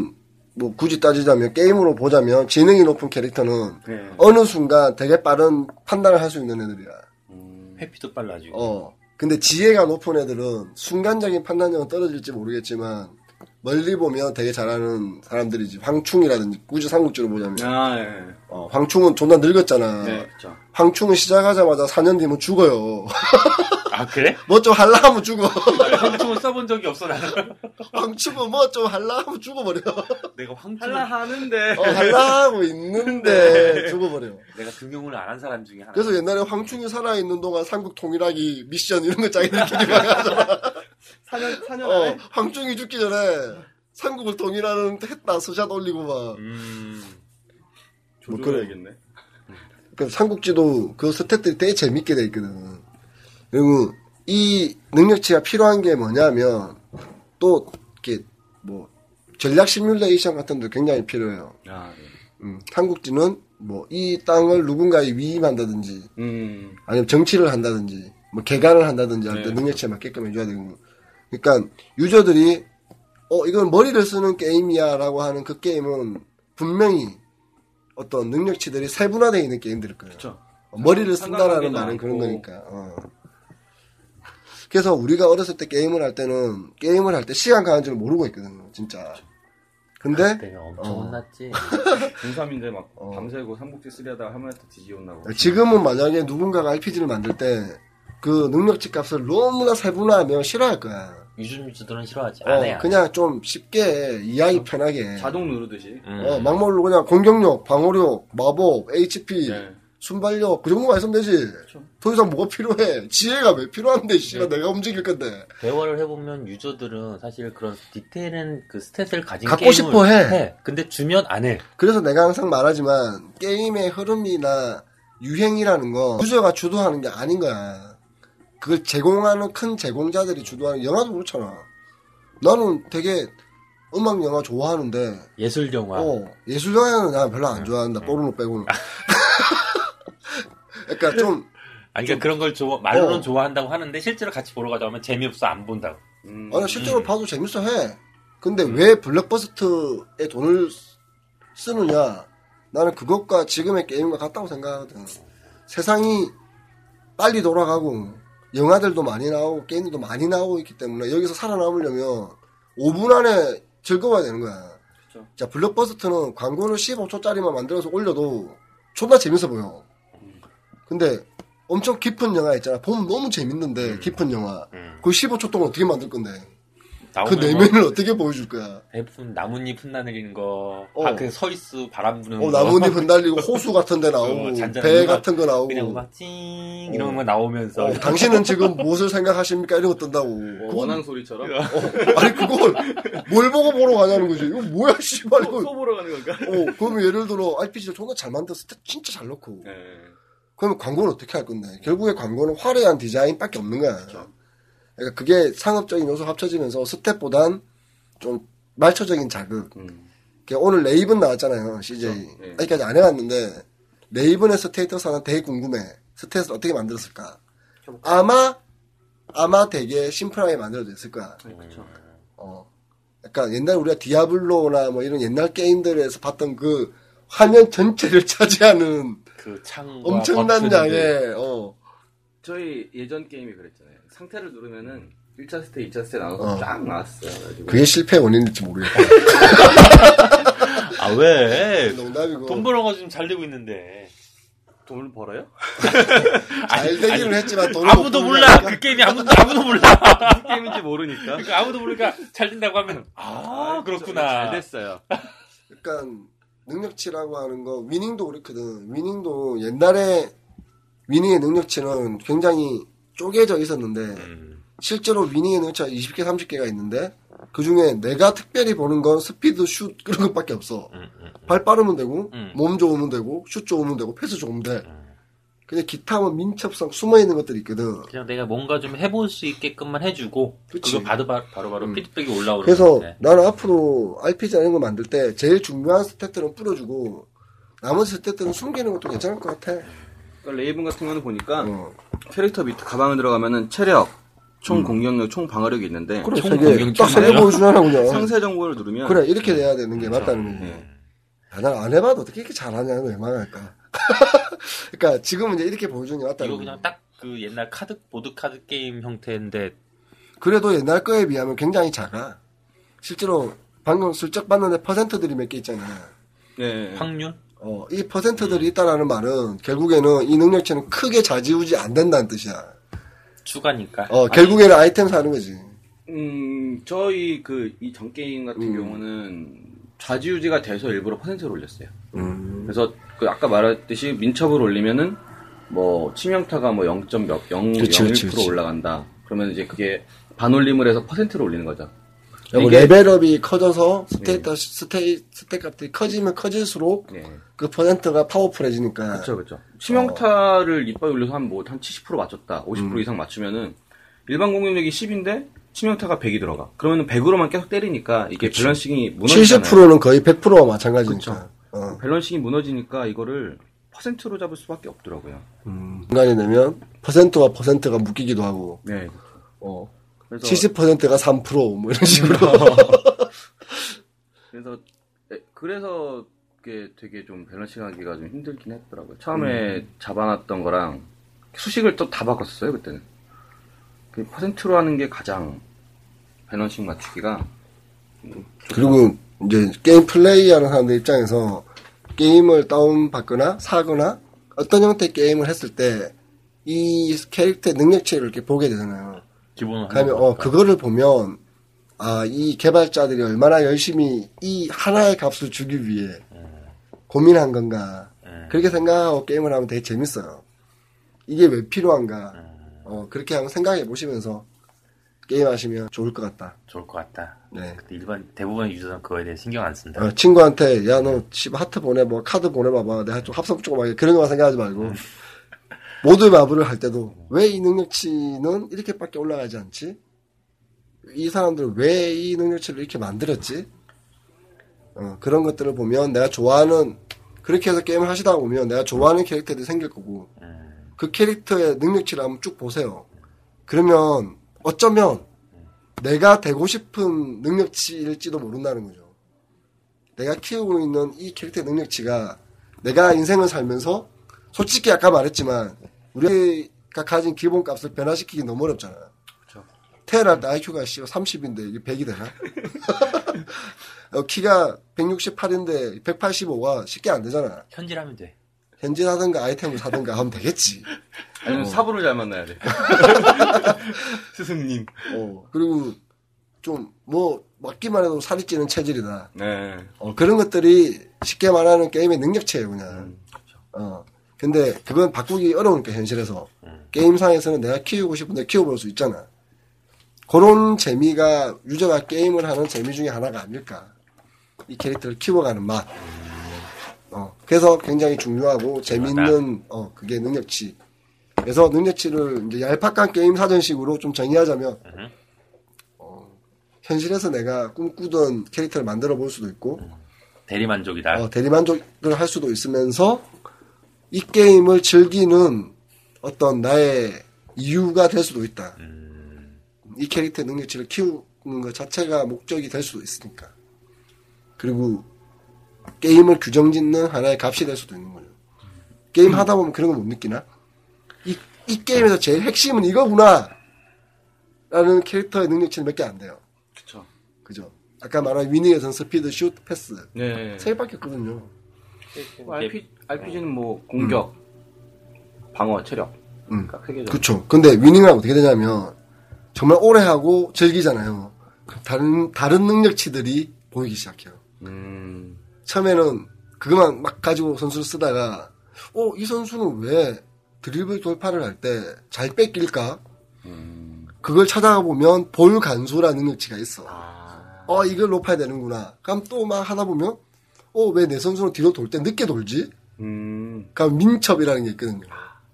[SPEAKER 2] 뭐 굳이 따지자면 게임으로 보자면 지능이 높은 캐릭터는
[SPEAKER 3] 네.
[SPEAKER 2] 어느 순간 되게 빠른 판단을 할 수 있는 애들이야.
[SPEAKER 3] 음.
[SPEAKER 4] 회피도 빨라지고.
[SPEAKER 2] 어. 근데 지혜가 높은 애들은 순간적인 판단력은 떨어질지 모르겠지만 멀리 보면 되게 잘하는 사람들이지. 황충이라든지 꾸지 삼국지로 보자면
[SPEAKER 3] 아, 예.
[SPEAKER 2] 어, 황충은 존나 늙었잖아.
[SPEAKER 3] 네, 그쵸.
[SPEAKER 2] 황충은 시작하자마자 4년 뒤면 죽어요.
[SPEAKER 4] 아 그래?
[SPEAKER 2] 뭐 좀 할라 하면 죽어.
[SPEAKER 4] 황충은 써본 적이 없어 나는.
[SPEAKER 2] 황충은 뭐 좀 할라 하면 죽어버려.
[SPEAKER 4] 내가
[SPEAKER 3] 할라
[SPEAKER 4] 황충은
[SPEAKER 3] 하는데.
[SPEAKER 2] 어, 할라 하고 있는데 죽어버려.
[SPEAKER 4] 내가 등용을 안 한 사람 중에 하나.
[SPEAKER 2] 그래서 옛날에 황충이 살아있는 동안 삼국 통일하기 미션 이런 거 자기들끼리 막 하잖아.
[SPEAKER 3] 4년,
[SPEAKER 4] 네.
[SPEAKER 3] 4년
[SPEAKER 2] 어, 황충이 죽기 전에 삼국을 통일하는 했다 스샷 올리고 막.
[SPEAKER 4] 음.
[SPEAKER 2] 뭐
[SPEAKER 3] 조절해야겠네.
[SPEAKER 2] 그 삼국지도 그 스탯들이 되게 재밌게 돼 있거든. 그리고 이 능력치가 필요한 게 뭐냐면 또 이렇게 뭐 전략 시뮬레이션 같은 것도 굉장히 필요해요.
[SPEAKER 3] 아, 네.
[SPEAKER 2] 음, 삼국지는 뭐 이 땅을 누군가에 위임한다든지
[SPEAKER 3] 음.
[SPEAKER 2] 아니면 정치를 한다든지 뭐 개간을 한다든지 할 때
[SPEAKER 3] 네.
[SPEAKER 2] 능력치에 맞게끔 해줘야 되는 거. 그러니까 유저들이 어 이건 머리를 쓰는 게임이야라고 하는 그 게임은 분명히 어떤 능력치들이 세분화되어 있는 게임들일 거예요.
[SPEAKER 3] 그쵸.
[SPEAKER 2] 어, 머리를 쓴다라는
[SPEAKER 3] 상관관계도
[SPEAKER 2] 말은 그런
[SPEAKER 3] 않고.
[SPEAKER 2] 거니까. 어. 그래서 우리가 어렸을 때 게임을 할 때는 게임을 할 때 시간 가는 줄 모르고 있거든요, 진짜. 근데
[SPEAKER 4] 내가
[SPEAKER 2] 어.
[SPEAKER 4] 아, 엄청 혼났지.
[SPEAKER 3] 중3인데 막
[SPEAKER 2] 어. 아,
[SPEAKER 3] 밤새고 삼국지 쓰리 하다가 할머니한테 뒤집어나고.
[SPEAKER 2] 네, 지금은 만약에 누군가가 RPG를 만들 때 그 능력치 값을 너무나 세분화하면 싫어할 거야.
[SPEAKER 4] 요즘 유저들은 싫어하지
[SPEAKER 2] 어,
[SPEAKER 4] 않아요.
[SPEAKER 2] 그냥 좀 쉽게 이해하기 편하게.
[SPEAKER 3] 네. 자동 누르듯이.
[SPEAKER 4] 음.
[SPEAKER 2] 어, 막말로 그냥 공격력, 방어력, 마법, HP,
[SPEAKER 3] 네.
[SPEAKER 2] 순발력 그 정도만 있으면 되지. 더 이상 뭐가 필요해? 지혜가 왜 필요한데? 씨가 내가 움직일 건데.
[SPEAKER 4] 대화를 해보면 유저들은 사실 그런 디테일한 그 스탯을 가진
[SPEAKER 2] 갖고
[SPEAKER 4] 게임을
[SPEAKER 2] 싶어 해.
[SPEAKER 4] 근데 주면 안 해.
[SPEAKER 2] 그래서 내가 항상 말하지만 게임의 흐름이나 유행이라는 건 유저가 주도하는 게 아닌 거야. 그걸 제공하는 큰 제공자들이 주도하는 영화도 그렇잖아. 나는 되게 음악 영화 좋아하는데
[SPEAKER 4] 예술 영화.
[SPEAKER 2] 어, 예술 영화는 난 별로 안 좋아한다. 뽀르노 빼고는. 약간 좀
[SPEAKER 4] 아니 그러니까 그런 걸 좋아 말로는
[SPEAKER 2] 어.
[SPEAKER 4] 좋아한다고 하는데 실제로 같이 보러 가자고 하면 재미없어 안 본다고.
[SPEAKER 3] 음.
[SPEAKER 2] 아니 실제로 봐도 재밌어 해. 근데 왜 블록버스트에 돈을 쓰- 쓰느냐? 나는 그것과 지금의 게임과 같다고 생각하거든. 세상이 빨리 돌아가고 영화들도 많이 나오고 게임들도 많이 나오고 있기 때문에 여기서 살아남으려면 5분 안에 즐거워야 되는 거야.
[SPEAKER 3] 그렇죠.
[SPEAKER 2] 자 블록버스트는 광고를 15초짜리만 만들어서 올려도 존나 재밌어 보여. 근데 엄청 깊은 영화 있잖아. 보면 너무 재밌는데 깊은 영화.
[SPEAKER 4] 음.
[SPEAKER 2] 그 15초 동안 어떻게 만들 건데? 그
[SPEAKER 4] 나오면 뭐
[SPEAKER 2] 내면을 어떻게 보여줄 거야?
[SPEAKER 4] 대부분 나뭇잎 흩날리는 거,
[SPEAKER 2] 어.
[SPEAKER 4] 밖에 서있어 바람 부는
[SPEAKER 2] 어,
[SPEAKER 4] 거,
[SPEAKER 2] 나뭇잎 흩날리고 호수 같은 데 나오고
[SPEAKER 4] 어, 음. 잔잔한
[SPEAKER 2] 배
[SPEAKER 4] 음악,
[SPEAKER 2] 같은 거 나오고
[SPEAKER 4] 그냥 음악 찡
[SPEAKER 2] 어.
[SPEAKER 4] 이런 거 나오면서
[SPEAKER 2] 어, 당신은 지금 무엇을 생각하십니까? 이런 거 뜬다고
[SPEAKER 3] 뭐
[SPEAKER 2] 그거-
[SPEAKER 3] 원앙 소리처럼.
[SPEAKER 2] 아니 그걸 뭘 보고 보러 가냐는 거지 이거 뭐야 씨발
[SPEAKER 3] 소,
[SPEAKER 2] 이거
[SPEAKER 3] 소 보러 가는 건가?
[SPEAKER 2] 어, 그러면 예를 들어 RPG를 존나 잘 만들었을 때 진짜 잘 넣고
[SPEAKER 3] 네.
[SPEAKER 2] 그러면 광고는 어떻게 할 건데 결국에 광고는 화려한 디자인밖에 없는 거야 그러니까 그게 상업적인 요소 합쳐지면서 스텝보단 좀 말초적인 자극.
[SPEAKER 3] 음.
[SPEAKER 2] 그러니까 오늘 레이븐 나왔잖아요, CJ. 아직까지 안 해봤는데, 레이븐의 스테이터스 하나 되게 궁금해. 스테이터스를 어떻게 만들었을까? 아마, 아마 되게 심플하게 만들어졌을 거야.
[SPEAKER 3] 네,
[SPEAKER 2] 어. 약간 옛날 우리가 디아블로나 뭐 이런 옛날 게임들에서 봤던 그 화면 전체를 차지하는
[SPEAKER 4] 그 창과
[SPEAKER 2] 엄청난
[SPEAKER 4] 버튼들.
[SPEAKER 2] 양의, 어.
[SPEAKER 3] 저희 예전 게임이 그랬잖아요. 상태를 누르면은 1차 스테, 2차 스테 나눠서
[SPEAKER 2] 어.
[SPEAKER 3] 쫙 나왔어요. 그래가지고
[SPEAKER 2] 그게 실패의 원인일지 모르겠다.
[SPEAKER 4] 아 왜?
[SPEAKER 2] 농담이고.
[SPEAKER 4] 돈 벌어가지고 지금 잘되고 있는데 돈을 벌어요?
[SPEAKER 2] 잘 되기는 했지만 돈을
[SPEAKER 4] 아무도
[SPEAKER 2] 못
[SPEAKER 4] 몰라
[SPEAKER 2] 벌으니까.
[SPEAKER 4] 그 게임이 아무도 아무도 몰라
[SPEAKER 3] 무슨 게임인지 모르니까. 그렇죠.
[SPEAKER 4] 그러니까 아무도 모르니까 잘 된다고 하면 아 그렇구나
[SPEAKER 3] 잘 됐어요.
[SPEAKER 2] 약간 능력치라고 하는 거 위닝도 그렇거든. 위닝도 옛날에 위닝의 능력치는 굉장히 쪼개져 있었는데
[SPEAKER 4] 음,
[SPEAKER 2] 실제로 위닝의 능력치가 20개, 30개가 있는데 그 중에 내가 특별히 보는 건 스피드, 슛 그런 것밖에 없어.
[SPEAKER 4] 음, 음.
[SPEAKER 2] 발 빠르면 되고
[SPEAKER 4] 음.
[SPEAKER 2] 몸 좋으면 되고 슛 좋으면 되고 패스 좋으면 돼. 근데 기타는 민첩성 숨어 있는 것들이 있거든.
[SPEAKER 4] 그냥 내가 뭔가 좀 해볼 수 있게끔만 해주고
[SPEAKER 2] 그치.
[SPEAKER 4] 그거 바로 바- 바로 바로
[SPEAKER 2] 음.
[SPEAKER 4] 피드백이 올라오는
[SPEAKER 2] 그래서
[SPEAKER 4] 건데.
[SPEAKER 2] 나는 앞으로 RPG 이런 거 만들 때 제일 중요한 스탯들은 뿌려주고 나머지 스탯들은 숨기는 것도 괜찮을 것 같아.
[SPEAKER 3] 그러니까 레이븐 같은 거는 보니까
[SPEAKER 2] 어.
[SPEAKER 3] 캐릭터 밑에 가방에 들어가면은 체력, 총 공격력, 총 방어력이 있는데
[SPEAKER 2] 음. 그래,
[SPEAKER 4] 총
[SPEAKER 2] 되게
[SPEAKER 4] 공격이
[SPEAKER 2] 딱 세게
[SPEAKER 4] 있나요?
[SPEAKER 2] 보여주잖아, 그냥.
[SPEAKER 3] 상세 정보를 누르면 예.
[SPEAKER 2] 그래, 이렇게 돼야 되는 게 맞다는 거지.
[SPEAKER 4] 음.
[SPEAKER 2] 야, 난안 해봐도 어떻게 이렇게 잘하냐는 웬만할까. 그러니까 지금은 이제 이렇게 보여주는 게 맞다는
[SPEAKER 4] 이거
[SPEAKER 2] 거지.
[SPEAKER 4] 그냥 딱 그 옛날 카드 보드 카드 게임 형태인데
[SPEAKER 2] 그래도 옛날 거에 비하면 굉장히 작아. 실제로 방금 슬쩍 봤는데 퍼센트들이 몇 개 있잖아.
[SPEAKER 3] 네.
[SPEAKER 4] 확률
[SPEAKER 2] 어, 이 퍼센트들이 있다라는 말은 결국에는 이 능력치는 크게 좌지우지 안 된다는 뜻이야.
[SPEAKER 4] 추가니까
[SPEAKER 2] 어, 결국에는 아이템 사는 거지.
[SPEAKER 3] 음, 저희 그 이 전 게임 같은
[SPEAKER 2] 음.
[SPEAKER 3] 경우는 좌지우지가 돼서 일부러 퍼센트를 올렸어요.
[SPEAKER 2] 음.
[SPEAKER 3] 그래서 그 아까 말했듯이 민첩을 올리면은 뭐 치명타가 뭐 0. 몇 0,
[SPEAKER 2] 그치, 그치,
[SPEAKER 3] 0.1%
[SPEAKER 2] 그치.
[SPEAKER 3] 올라간다. 그러면 이제 그게 반올림을 해서 퍼센트를 올리는 거죠.
[SPEAKER 2] 그리고
[SPEAKER 3] 이게-
[SPEAKER 2] 레벨업이 네. 커져서 스테이, 스테이, 스테이 값들이 커지면 커질수록
[SPEAKER 3] 예.
[SPEAKER 2] 그 퍼센트가 파워풀해지니까.
[SPEAKER 3] 그렇죠, 그렇죠. 치명타를 이빨 올려서 한 뭐 한 70% 맞췄다, 50% 이상 맞추면은 일반 공격력이 10인데 치명타가 100이 들어가. 그러면은 100으로만 계속 때리니까 이게 밸런싱이 무너지잖아요.
[SPEAKER 2] 70%는 거의 100%와 마찬가지니까. 어.
[SPEAKER 3] 밸런싱이 무너지니까 이거를 퍼센트로 잡을 수밖에 없더라고요. 음.
[SPEAKER 2] 중간에 내면 퍼센트와 퍼센트가 묶이기도 하고
[SPEAKER 3] 네.
[SPEAKER 2] 어.
[SPEAKER 3] 그래서 음.
[SPEAKER 2] 70%가 3%뭐 이런 식으로
[SPEAKER 3] 그래서 에, 그래서 그게 되게 좀 밸런싱하기가 좀 힘들긴 했더라고요. 처음에 잡아놨던 거랑 수식을 또 다 바꿨었어요 그때는. 그 퍼센트로 하는 게 가장 밸런싱 맞추기가
[SPEAKER 2] 그리고 이제 게임 플레이하는 사람들 입장에서 게임을 다운받거나 사거나 어떤 형태의 게임을 했을 때 이 캐릭터의 능력치를 이렇게 보게 되잖아요
[SPEAKER 4] 기본은
[SPEAKER 2] 그러면 어 그거를 보면 아 이 개발자들이 얼마나 열심히 이 하나의 값을 주기 위해 고민한 건가 그렇게 생각하고 게임을 하면 되게 재밌어요. 이게 왜 필요한가 어, 그렇게 한번 생각해 보시면서 게임하시면 좋을 것 같다.
[SPEAKER 4] 좋을 것 같다.
[SPEAKER 2] 네.
[SPEAKER 4] 근데 일반 대부분의 유저는 그거에 대해 신경 안 쓴다.
[SPEAKER 2] 어, 친구한테 야너 집 하트 보내봐 카드 보내봐봐 내가 좀 합성 조금 하게 그런 것만 생각하지 말고
[SPEAKER 4] 음.
[SPEAKER 2] 모두 마블을 할 때도 왜 이 능력치는 이렇게밖에 올라가지 않지? 이 사람들은 왜 이 능력치를 이렇게 만들었지? 어, 그런 것들을 보면 내가 좋아하는 그렇게 해서 게임을 하시다 보면 내가 좋아하는 캐릭터들이 생길 거고
[SPEAKER 4] 음,
[SPEAKER 2] 그 캐릭터의 능력치를 한번 쭉 보세요. 그러면 어쩌면 내가 되고 싶은 능력치일지도 모른다는 거죠. 내가 키우고 있는 이 캐릭터의 능력치가 내가 인생을 살면서 솔직히 아까 말했지만 우리가 가진 기본 값을 변화시키기 너무 어렵잖아. 테라 나 IQ가 30인데 이게 100이 되나? 어, 키가 168인데 185가 쉽게 안 되잖아.
[SPEAKER 4] 현질하면 돼.
[SPEAKER 2] 현질하든가 아이템을 사든가 하면 되겠지.
[SPEAKER 3] 아니면 사부를 잘 만나야 돼. 스승님.
[SPEAKER 2] 어, 그리고 좀 뭐 맞기만 해도 살이 찌는 체질이다.
[SPEAKER 3] 네.
[SPEAKER 2] 어, 그런 것들이 쉽게 말하는 게임의 능력치예요, 그냥. 어. 근데 그건 바꾸기 어려우니까 현실에서 게임상에서는 내가 키우고 싶은데 키워볼 수 있잖아. 그런 재미가 유저가 게임을 하는 재미 중에 하나가 아닐까. 이 캐릭터를 키워가는 맛. 어, 그래서 굉장히 중요하고 재밌는 어, 그게 능력치. 그래서 능력치를 이제 얄팍한 게임 사전식으로 좀 정의하자면 어, 현실에서 내가 꿈꾸던 캐릭터를 만들어 볼 수도 있고
[SPEAKER 4] 대리만족이다.
[SPEAKER 2] 어, 대리만족을 할 수도 있으면서 이 게임을 즐기는 어떤 나의 이유가 될 수도 있다. 이 캐릭터의 능력치를 키우는 것 자체가 목적이 될 수도 있으니까. 그리고 게임을 규정짓는 하나의 값이 될 수도 있는 거죠. 게임 하다 보면 그런 거 못 느끼나? 이, 이 게임에서 제일 핵심은 이거구나! 라는 캐릭터의 능력치는 몇 개 안 돼요.
[SPEAKER 3] 그쵸.
[SPEAKER 2] 그죠? 아까 말한 위닝에선 스피드, 슛, 패스.
[SPEAKER 3] 네.
[SPEAKER 2] 세 개밖에 없거든요.
[SPEAKER 3] RPG, 는뭐 공격, 방어, 체력.
[SPEAKER 2] 음.
[SPEAKER 3] 그러니까 크게 좀
[SPEAKER 2] 그쵸. 근데 위닝은 어떻게 되냐면, 정말 오래 하고 즐기잖아요. 그럼 다른, 다른 능력치들이 보이기 시작해요.
[SPEAKER 3] 음.
[SPEAKER 2] 처음에는 그것만 막 가지고 선수를 쓰다가, 어, 이 선수는 왜 드리블 돌파를 할 때 잘 뺏길까?
[SPEAKER 3] 음.
[SPEAKER 2] 그걸 찾아가 보면 볼 간소라는 능력치가 있어.
[SPEAKER 3] 아.
[SPEAKER 2] 어, 이걸 높아야 되는구나. 그럼 또 막 하다 보면, 어, 왜 내 선수는 뒤로 돌 때 늦게 돌지?
[SPEAKER 3] 음.
[SPEAKER 2] 그러니까 민첩이라는 게 있거든요.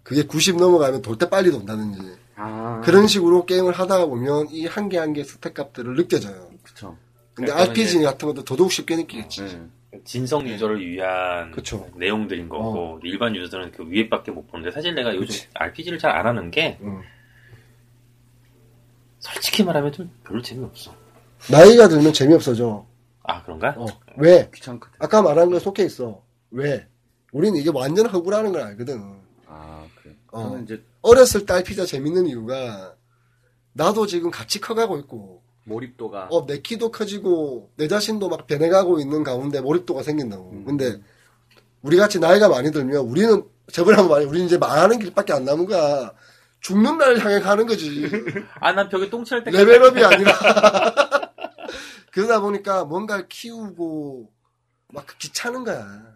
[SPEAKER 2] 그게 90 넘어가면 돌 때 빨리 돈다든지.
[SPEAKER 3] 아.
[SPEAKER 2] 그런 식으로 게임을 하다 보면 이 한 개 한 개 스택 값들을 느껴져요.
[SPEAKER 3] 그쵸.
[SPEAKER 2] 근데
[SPEAKER 4] 약간은
[SPEAKER 2] RPG 같은 것도 더더욱 쉽게 느끼겠지.
[SPEAKER 3] 네.
[SPEAKER 4] 진성 유저를 위한
[SPEAKER 2] 그쵸. 어.
[SPEAKER 4] 내용들인 거고 일반 유저들은 그 위에밖에 못 보는데 사실 내가 요즘 RPG를 잘 안 하는 게
[SPEAKER 2] 음.
[SPEAKER 4] 솔직히 말하면 좀 별로 재미없어.
[SPEAKER 2] 나이가 들면 재미없어져.
[SPEAKER 4] 아 그런가?
[SPEAKER 2] 어. 왜?
[SPEAKER 3] 귀찮거든.
[SPEAKER 2] 아까 말한 거에 속해 있어. 왜? 우리는 이게 완전 허구라는 걸 알거든.
[SPEAKER 3] 아, 그래.
[SPEAKER 2] 어.
[SPEAKER 3] 저는 이제
[SPEAKER 2] 어렸을 때 RPG가 재밌는 이유가 나도 지금 같이 커가고 있고
[SPEAKER 3] 몰입도가
[SPEAKER 2] 어, 내 키도 커지고 내 자신도 막 변해가고 있는 가운데 몰입도가 생긴다고. 근데 우리 같이 나이가 많이 들면 우리는 저번에 한번 말해 우리는 이제 말하는 길밖에 안 남은 거야. 죽는 날을 향해 가는 거지.
[SPEAKER 4] 아 난 벽에 똥칠할 때
[SPEAKER 2] 레벨업이 아니라. 그러다 보니까 뭔가를 키우고 막 귀찮은 거야.
[SPEAKER 4] 음.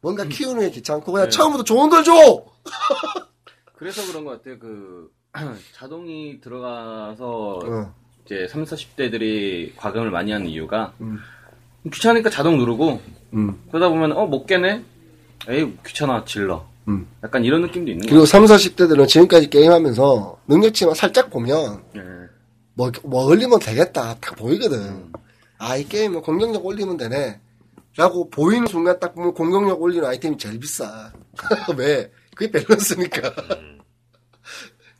[SPEAKER 2] 뭔가 키우는 게 귀찮고 그냥
[SPEAKER 3] 네.
[SPEAKER 2] 처음부터 좋은 걸 줘.
[SPEAKER 4] 어.
[SPEAKER 3] 그래서 그런 것 같아요. 그 자동이 들어가서
[SPEAKER 2] 어,
[SPEAKER 3] 이제 30, 40대들이 과금을 많이 하는 이유가
[SPEAKER 2] 음.
[SPEAKER 3] 귀찮으니까 자동 누르고
[SPEAKER 2] 음.
[SPEAKER 3] 그러다 보면 어 못 깨네. 에이 귀찮아 질러.
[SPEAKER 2] 음.
[SPEAKER 3] 약간 이런 느낌도 있는 거
[SPEAKER 2] 그리고 3, 40대들은 지금까지 게임하면서 능력치만 살짝 보면
[SPEAKER 3] 같아요.
[SPEAKER 2] 뭐, 뭐 올리면 되겠다. 딱 보이거든.
[SPEAKER 4] 음.
[SPEAKER 2] 아, 이 게임은 공격력 올리면 되네. 라고 보이는 순간 딱 보면 공격력 올리는 아이템이 제일 비싸. 왜? 그게 밸런스니까.
[SPEAKER 4] 음.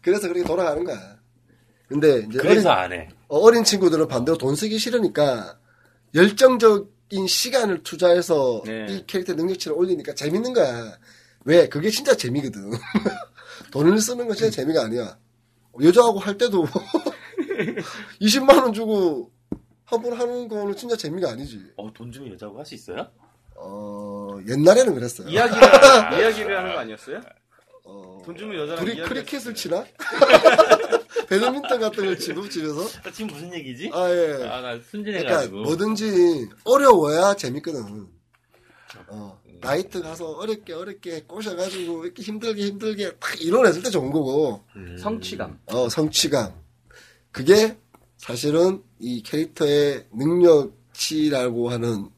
[SPEAKER 2] 그래서 그렇게 돌아가는 거야. 근데 이제
[SPEAKER 4] 그래서
[SPEAKER 2] 어린,
[SPEAKER 4] 안 해.
[SPEAKER 2] 어, 어린 친구들은 반대로 돈 쓰기 싫으니까 열정적인 시간을 투자해서
[SPEAKER 3] 네.
[SPEAKER 2] 이 캐릭터 능력치를 올리니까 재밌는 거야. 왜? 그게 진짜 재미거든. 돈을 쓰는 건 진짜 재미가 아니야. 여자하고 할 때도 20만 원 주고 한 번 하는 거는 진짜 재미가 아니지.
[SPEAKER 4] 어돈 주면 여자고 할 수 있어요?
[SPEAKER 2] 어, 옛날에는 그랬어요.
[SPEAKER 4] 아.
[SPEAKER 3] 이야기를 이야기를 하는 거 아니었어요?
[SPEAKER 2] 어,
[SPEAKER 3] 돈 주면 여자랑
[SPEAKER 2] 둘이
[SPEAKER 3] 이야기.
[SPEAKER 2] 크리켓을 치나? 배드민턴 같은 걸 치고 집에서?
[SPEAKER 4] 나 지금 무슨 얘기지?
[SPEAKER 2] 아, 예.
[SPEAKER 4] 아 나
[SPEAKER 2] 그러니까
[SPEAKER 4] 순진해가지고.
[SPEAKER 2] 뭐든지 어려워야 재밌거든. 어,
[SPEAKER 4] 음.
[SPEAKER 2] 나이트 가서 어렵게 어렵게 꼬셔가지고 이렇게 힘들게 힘들게 탁 이뤄냈을 때 좋은 거고
[SPEAKER 4] 음.
[SPEAKER 3] 성취감.
[SPEAKER 2] 어, 성취감 그게 사실은 이 캐릭터의 능력치라고 하는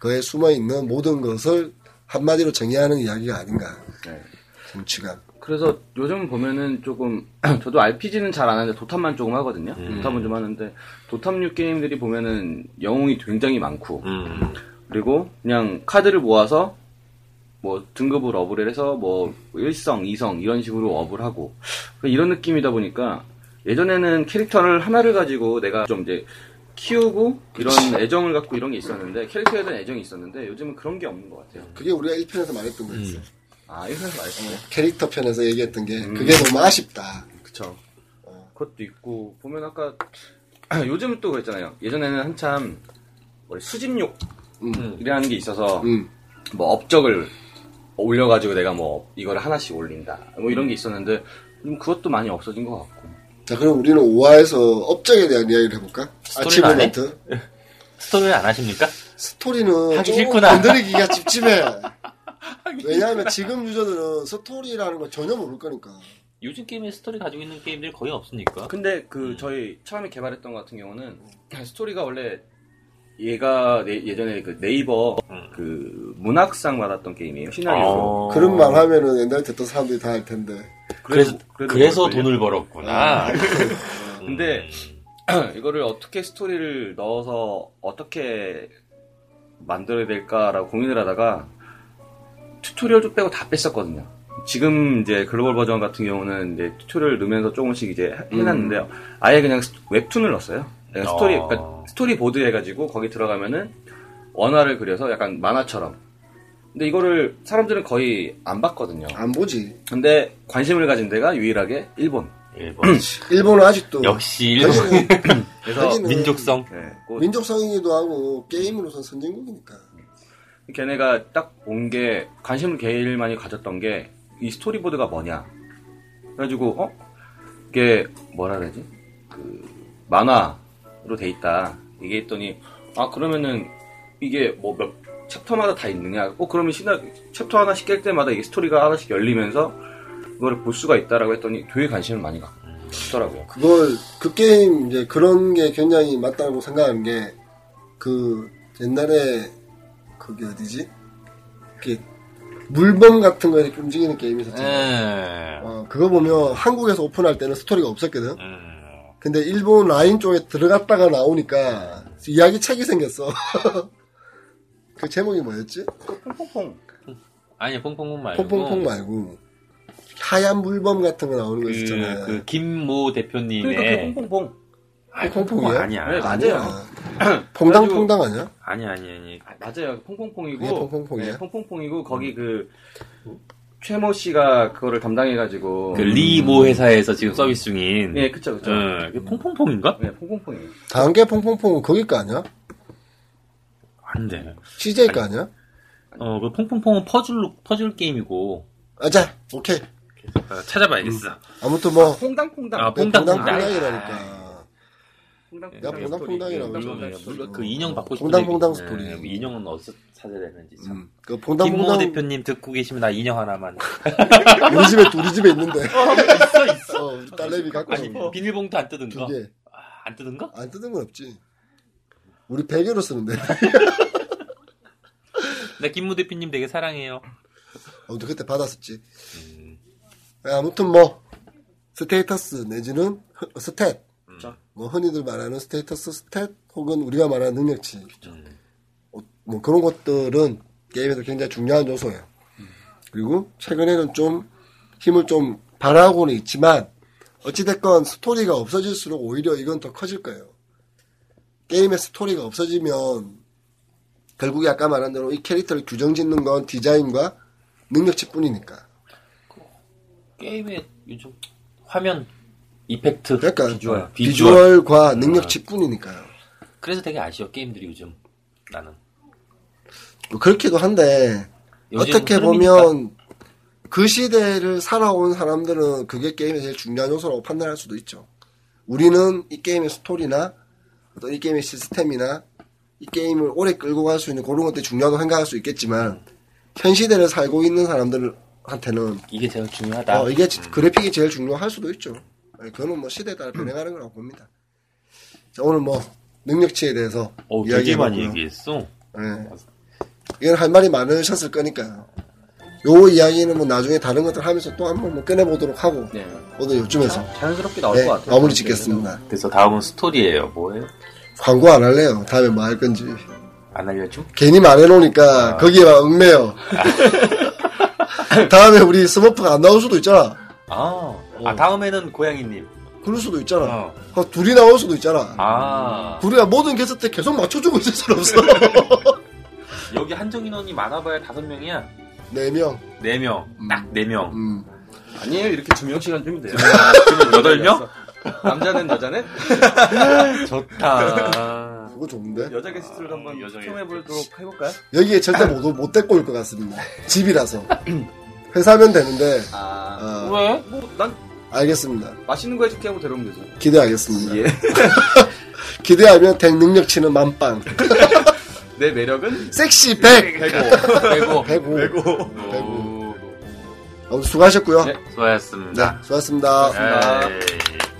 [SPEAKER 2] 그에 숨어 있는 모든 것을 한마디로 정의하는 이야기가 아닌가
[SPEAKER 3] 네.
[SPEAKER 2] 성취감
[SPEAKER 3] 그래서 요즘 보면은 조금 저도 RPG는 잘 안 하는데 도탐만 조금 하거든요. 도탐은 좀 하는데 도탐류 게임들이 보면은 영웅이 굉장히 많고
[SPEAKER 4] 음.
[SPEAKER 3] 그리고 그냥 카드를 모아서 뭐 등급을 업을 해서 뭐 1성, 2성 이런 식으로 업을 하고 이런 느낌이다 보니까 예전에는 캐릭터를 하나를 가지고 내가 좀 이제 키우고 이런 애정을 갖고 이런 게 있었는데 캐릭터에 대한 애정이 있었는데 요즘은 그런 게 없는 것 같아요.
[SPEAKER 2] 그게 우리가 1편에서 말했던 거였어
[SPEAKER 4] 음.
[SPEAKER 2] 어,
[SPEAKER 3] 아, 이거 말씀해.
[SPEAKER 2] 캐릭터 편에서 얘기했던 게 그게 너무 아쉽다
[SPEAKER 3] 그쵸. 그것도 있고 보면 아까 요즘은 또 그랬잖아요. 예전에는 한참 뭐 수집욕이라는
[SPEAKER 2] 음.
[SPEAKER 3] 게 있어서
[SPEAKER 2] 음.
[SPEAKER 3] 뭐 업적을 올려가지고 내가 뭐 이걸 하나씩 올린다 뭐 이런 게 있었는데 좀 그것도 많이 없어진 것 같고
[SPEAKER 2] 자 그럼 우리는 5화에서 업적에 대한 이야기를 해볼까?
[SPEAKER 4] 스토리는 안 해?
[SPEAKER 2] 아치브먼트
[SPEAKER 4] 스토리를 안 하십니까?
[SPEAKER 2] 스토리는
[SPEAKER 4] 하기
[SPEAKER 2] 조금
[SPEAKER 4] 싫구나.
[SPEAKER 2] 건드리기가 찝찝해. 왜냐하면 지금 유저들은 스토리라는 걸 전혀 모를 거니까.
[SPEAKER 4] 요즘 게임에 스토리 가지고 있는 게임들이 거의 없으니까.
[SPEAKER 3] 근데 그 저희 처음에 음. 개발했던 것 같은 경우는 스토리가 원래 얘가 네- 예전에 그 네이버 그 문학상 받았던 게임이에요 시나리오
[SPEAKER 4] 어.
[SPEAKER 2] 그런 말 하면은 옛날에 듣던 사람들이 다 알 텐데.
[SPEAKER 4] 그래서 예.
[SPEAKER 3] 그래도
[SPEAKER 4] 그래서
[SPEAKER 3] 그걸
[SPEAKER 4] 음.
[SPEAKER 3] 음.
[SPEAKER 4] 돈을 벌었구나.
[SPEAKER 3] 근데 이거를 어떻게 스토리를 넣어서 어떻게 만들어야 될까라고 고민을 하다가 튜토리얼도 빼고 다 뺐었거든요. 지금 이제 글로벌 버전 같은 경우는 이제 튜토리얼 넣으면서 조금씩 이제 해놨는데요. 아예 그냥 스- 웹툰을 넣었어요. 그냥
[SPEAKER 4] 아.
[SPEAKER 3] 스토리, 그러니까 스토리보드 해가지고 거기 들어가면은 원화를 그려서 약간 만화처럼. 근데 이거를 사람들은 거의 안 봤거든요.
[SPEAKER 2] 안 보지.
[SPEAKER 3] 근데 관심을 가진 데가 유일하게 일본.
[SPEAKER 4] 일본.
[SPEAKER 2] 일본은 아직도
[SPEAKER 4] 역시 일본. 어,
[SPEAKER 2] 관심이-
[SPEAKER 3] 그래서
[SPEAKER 2] 관심이-
[SPEAKER 4] 민족성.
[SPEAKER 3] 네, 그
[SPEAKER 2] 민족성이기도 하고 게임으로선 선진국이니까.
[SPEAKER 3] 걔네가 딱 온 게 관심을 제일 많이 가졌던 게 이 스토리보드가 뭐냐 그래가지고 어 이게 뭐라 그러지 그 만화로 돼 있다 이게 했더니 아 그러면은 이게 뭐 몇 챕터마다 다 있느냐 어 그러면 시나 챕터 하나씩 깰 때마다 이 스토리가 하나씩 열리면서 그거를 볼 수가 있다라고 했더니 되게 관심을 많이 갖더라고요
[SPEAKER 2] 그걸 그 게임 이제 그런 게 굉장히 맞다고 생각한 게 그 옛날에 그게 어디지? 이렇게 물범 같은 거 이렇게 움직이는 게임이 있었지.
[SPEAKER 4] 음.
[SPEAKER 2] 어, 그거 보면 한국에서 오픈할 때는 스토리가 없었거든.
[SPEAKER 4] 음.
[SPEAKER 2] 근데 일본 라인 쪽에 들어갔다가 나오니까 이야기 책이 생겼어. 그 제목이 뭐였지?
[SPEAKER 3] 그 퐁퐁퐁
[SPEAKER 4] 아니 뭐. 퐁퐁퐁 말고.
[SPEAKER 2] 퐁퐁퐁 말고 하얀 물범 같은 거 나오는 거 있잖아.
[SPEAKER 4] 그, 그 김모 대표님의
[SPEAKER 3] 그러니까 그게 퐁퐁퐁
[SPEAKER 4] 아니,
[SPEAKER 2] 퐁퐁이야?
[SPEAKER 4] 아니야.
[SPEAKER 3] 네, 맞아요.
[SPEAKER 2] 어. 퐁당퐁당 아니야?
[SPEAKER 4] 아니 아니 아니.
[SPEAKER 3] 아, 맞아요. 퐁퐁퐁이고.
[SPEAKER 2] 예, 퐁퐁퐁이요? 음.
[SPEAKER 3] 이고 거기 그, 최모 씨가 그거를 담당해가지고.
[SPEAKER 4] 그 리모 회사에서 지금 서비스 중인.
[SPEAKER 3] 음. 예, 그쵸, 그쵸.
[SPEAKER 4] 어, 이게 퐁퐁퐁인가?
[SPEAKER 3] 예, 퐁퐁퐁이에요.
[SPEAKER 2] 다음 게 퐁퐁퐁은 거기 거 아니야?
[SPEAKER 4] 안 돼.
[SPEAKER 2] CJ 거 아니야?
[SPEAKER 4] 어, 그 퐁퐁퐁은 퍼즐 퍼즐 게임이고.
[SPEAKER 2] 아자 오케이.
[SPEAKER 4] 어, 찾아봐야겠어.
[SPEAKER 2] 아무튼 뭐
[SPEAKER 3] 퐁당퐁당.
[SPEAKER 4] 아,
[SPEAKER 2] 내
[SPEAKER 4] 퐁당퐁당. 아,
[SPEAKER 2] 퐁당퐁당이라니까.
[SPEAKER 4] 네,
[SPEAKER 2] 내가
[SPEAKER 3] 퐁당퐁당. 네,
[SPEAKER 2] 퐁당퐁당이라고
[SPEAKER 3] 퐁당퐁당 스토리.
[SPEAKER 4] 그 인형 받고 싶은
[SPEAKER 2] 퐁당퐁당
[SPEAKER 4] 얘기.
[SPEAKER 2] 스토리.
[SPEAKER 4] 네, 인형은 어디서 찾아야 되는지 참.
[SPEAKER 2] 음, 그
[SPEAKER 4] 김모
[SPEAKER 2] 퐁당퐁당
[SPEAKER 4] 대표님 듣고 계시면 나 인형 하나만.
[SPEAKER 2] 우리 집에 우리 집에 있는데.
[SPEAKER 4] 있어 있어.
[SPEAKER 2] 어, 우리 딸내미 갖고
[SPEAKER 4] 아니 뭐.
[SPEAKER 2] 있어.
[SPEAKER 4] 비닐봉투 안 뜯은
[SPEAKER 2] 두
[SPEAKER 4] 거?
[SPEAKER 2] 개.
[SPEAKER 4] 아, 안 뜯은 거?
[SPEAKER 2] 안 뜯은 건 없지. 우리 베개로 쓰는데.
[SPEAKER 4] 나 김모 대표님 되게 사랑해요.
[SPEAKER 2] 아무튼 어, 그때 받았었지. 음. 아무튼 뭐 스테이터스 내지는 흐- 스탯. 뭐 흔히들 말하는 스테이터스 스탯 혹은 우리가 말하는 능력치. 어, 뭐 그런 것들은 게임에서 굉장히 중요한 요소예요. 그리고 최근에는 좀 힘을 좀 바라고는 있지만 어찌됐건 스토리가 없어질수록 오히려 이건 더 커질 거예요. 게임의 스토리가 없어지면 결국에 아까 말한 대로 이 캐릭터를 규정 짓는 건 디자인과 능력치 뿐이니까.
[SPEAKER 4] 게임에 요즘 화면 이펙트
[SPEAKER 2] 그러니까
[SPEAKER 4] 비주얼 아. 비주얼.
[SPEAKER 2] 비주얼. 과 능력치 뿐이니까요.
[SPEAKER 4] 그래서 되게 아쉬워 게임들이 요즘 나는.
[SPEAKER 2] 뭐 그렇기도 한데
[SPEAKER 4] 요즘
[SPEAKER 2] 어떻게
[SPEAKER 4] 흐름이니까.
[SPEAKER 2] 보면 그 시대를 살아온 사람들은 그게 게임의 제일 중요한 요소라고 판단할 수도 있죠. 우리는 이 게임의 스토리나 어떤 이 게임의 시스템이나 이 게임을 오래 끌고 갈 수 있는 그런 것들이 중요하다고 생각할 수 있겠지만 현 시대를 살고 있는 사람들한테는
[SPEAKER 4] 이게 제일 중요하다.
[SPEAKER 2] 어, 이게 지- 그래픽이 제일 중요할 수도 있죠. 네, 그거는 뭐 시대에 따라 변해가는 거라고 봅니다. 자, 오늘 뭐 능력치에 대해서
[SPEAKER 4] 어, 되게
[SPEAKER 2] 이야기해봤고요.
[SPEAKER 4] 많이 얘기했어.
[SPEAKER 2] 예. 이건 할 말이 많으셨을 거니까요. 요 이야기는 뭐 나중에 다른 것들 하면서 또 한번 뭐 꺼내보도록 하고
[SPEAKER 3] 네.
[SPEAKER 2] 오늘 요쯤에서
[SPEAKER 3] 자연스럽게 나올
[SPEAKER 2] 네,
[SPEAKER 3] 것 같아요.
[SPEAKER 2] 마무리 짓겠습니다.
[SPEAKER 4] 그래서 다음은 스토리예요. 뭐예요?
[SPEAKER 2] 광고 안 할래요. 다음에 뭐 할 건지.
[SPEAKER 4] 안 알려줘?
[SPEAKER 2] 괜히 말해놓으니까 거기에 막 얽매여. 다음에 우리 스머프가 안 나올 수도 있잖아.
[SPEAKER 4] 아,
[SPEAKER 2] 어.
[SPEAKER 4] 아 다음에는 고양이님.
[SPEAKER 2] 그럴 수도 있잖아.
[SPEAKER 4] 어.
[SPEAKER 2] 아, 둘이 나올 수도 있잖아.
[SPEAKER 4] 아
[SPEAKER 2] 우리가 모든 게스트 때 계속 맞춰주고 있을 순 없어.
[SPEAKER 4] 여기 한정 인원이 많아봐야 다섯 명이야.
[SPEAKER 2] 네 명.
[SPEAKER 4] 네 명, 딱 네 명.
[SPEAKER 2] 음.
[SPEAKER 3] 아니에요. 이렇게 두명 시간 주면 돼요. 음. 네,
[SPEAKER 4] 그러면 아, 여덟 명?
[SPEAKER 3] 남자는 여자는?
[SPEAKER 4] 좋다.
[SPEAKER 2] 그거 좋은데?
[SPEAKER 3] 여자 게스트를 한번
[SPEAKER 4] 아, 여자
[SPEAKER 3] 추첨해보도록 해볼까요?
[SPEAKER 2] 여기에 절대 못, 못 데리고 올 것 같습니다. 집이라서. 회사면 되는데,
[SPEAKER 3] 아,
[SPEAKER 2] 어,
[SPEAKER 4] 왜?
[SPEAKER 3] 뭐, 난
[SPEAKER 2] 알겠습니다.
[SPEAKER 3] 맛있는 거 해줄게 하고 데려오면 되죠.
[SPEAKER 2] 기대하겠습니다.
[SPEAKER 3] 예.
[SPEAKER 2] 기대하면 댕 능력치는 만빵.
[SPEAKER 3] 내 매력은?
[SPEAKER 2] 섹시 100!
[SPEAKER 4] 그리고
[SPEAKER 2] 105.
[SPEAKER 3] 105.
[SPEAKER 2] 아무튼 수고하셨고요.
[SPEAKER 3] 네.
[SPEAKER 4] 수고하셨습니다.
[SPEAKER 2] 네, 수고하셨습니다.
[SPEAKER 4] 에이.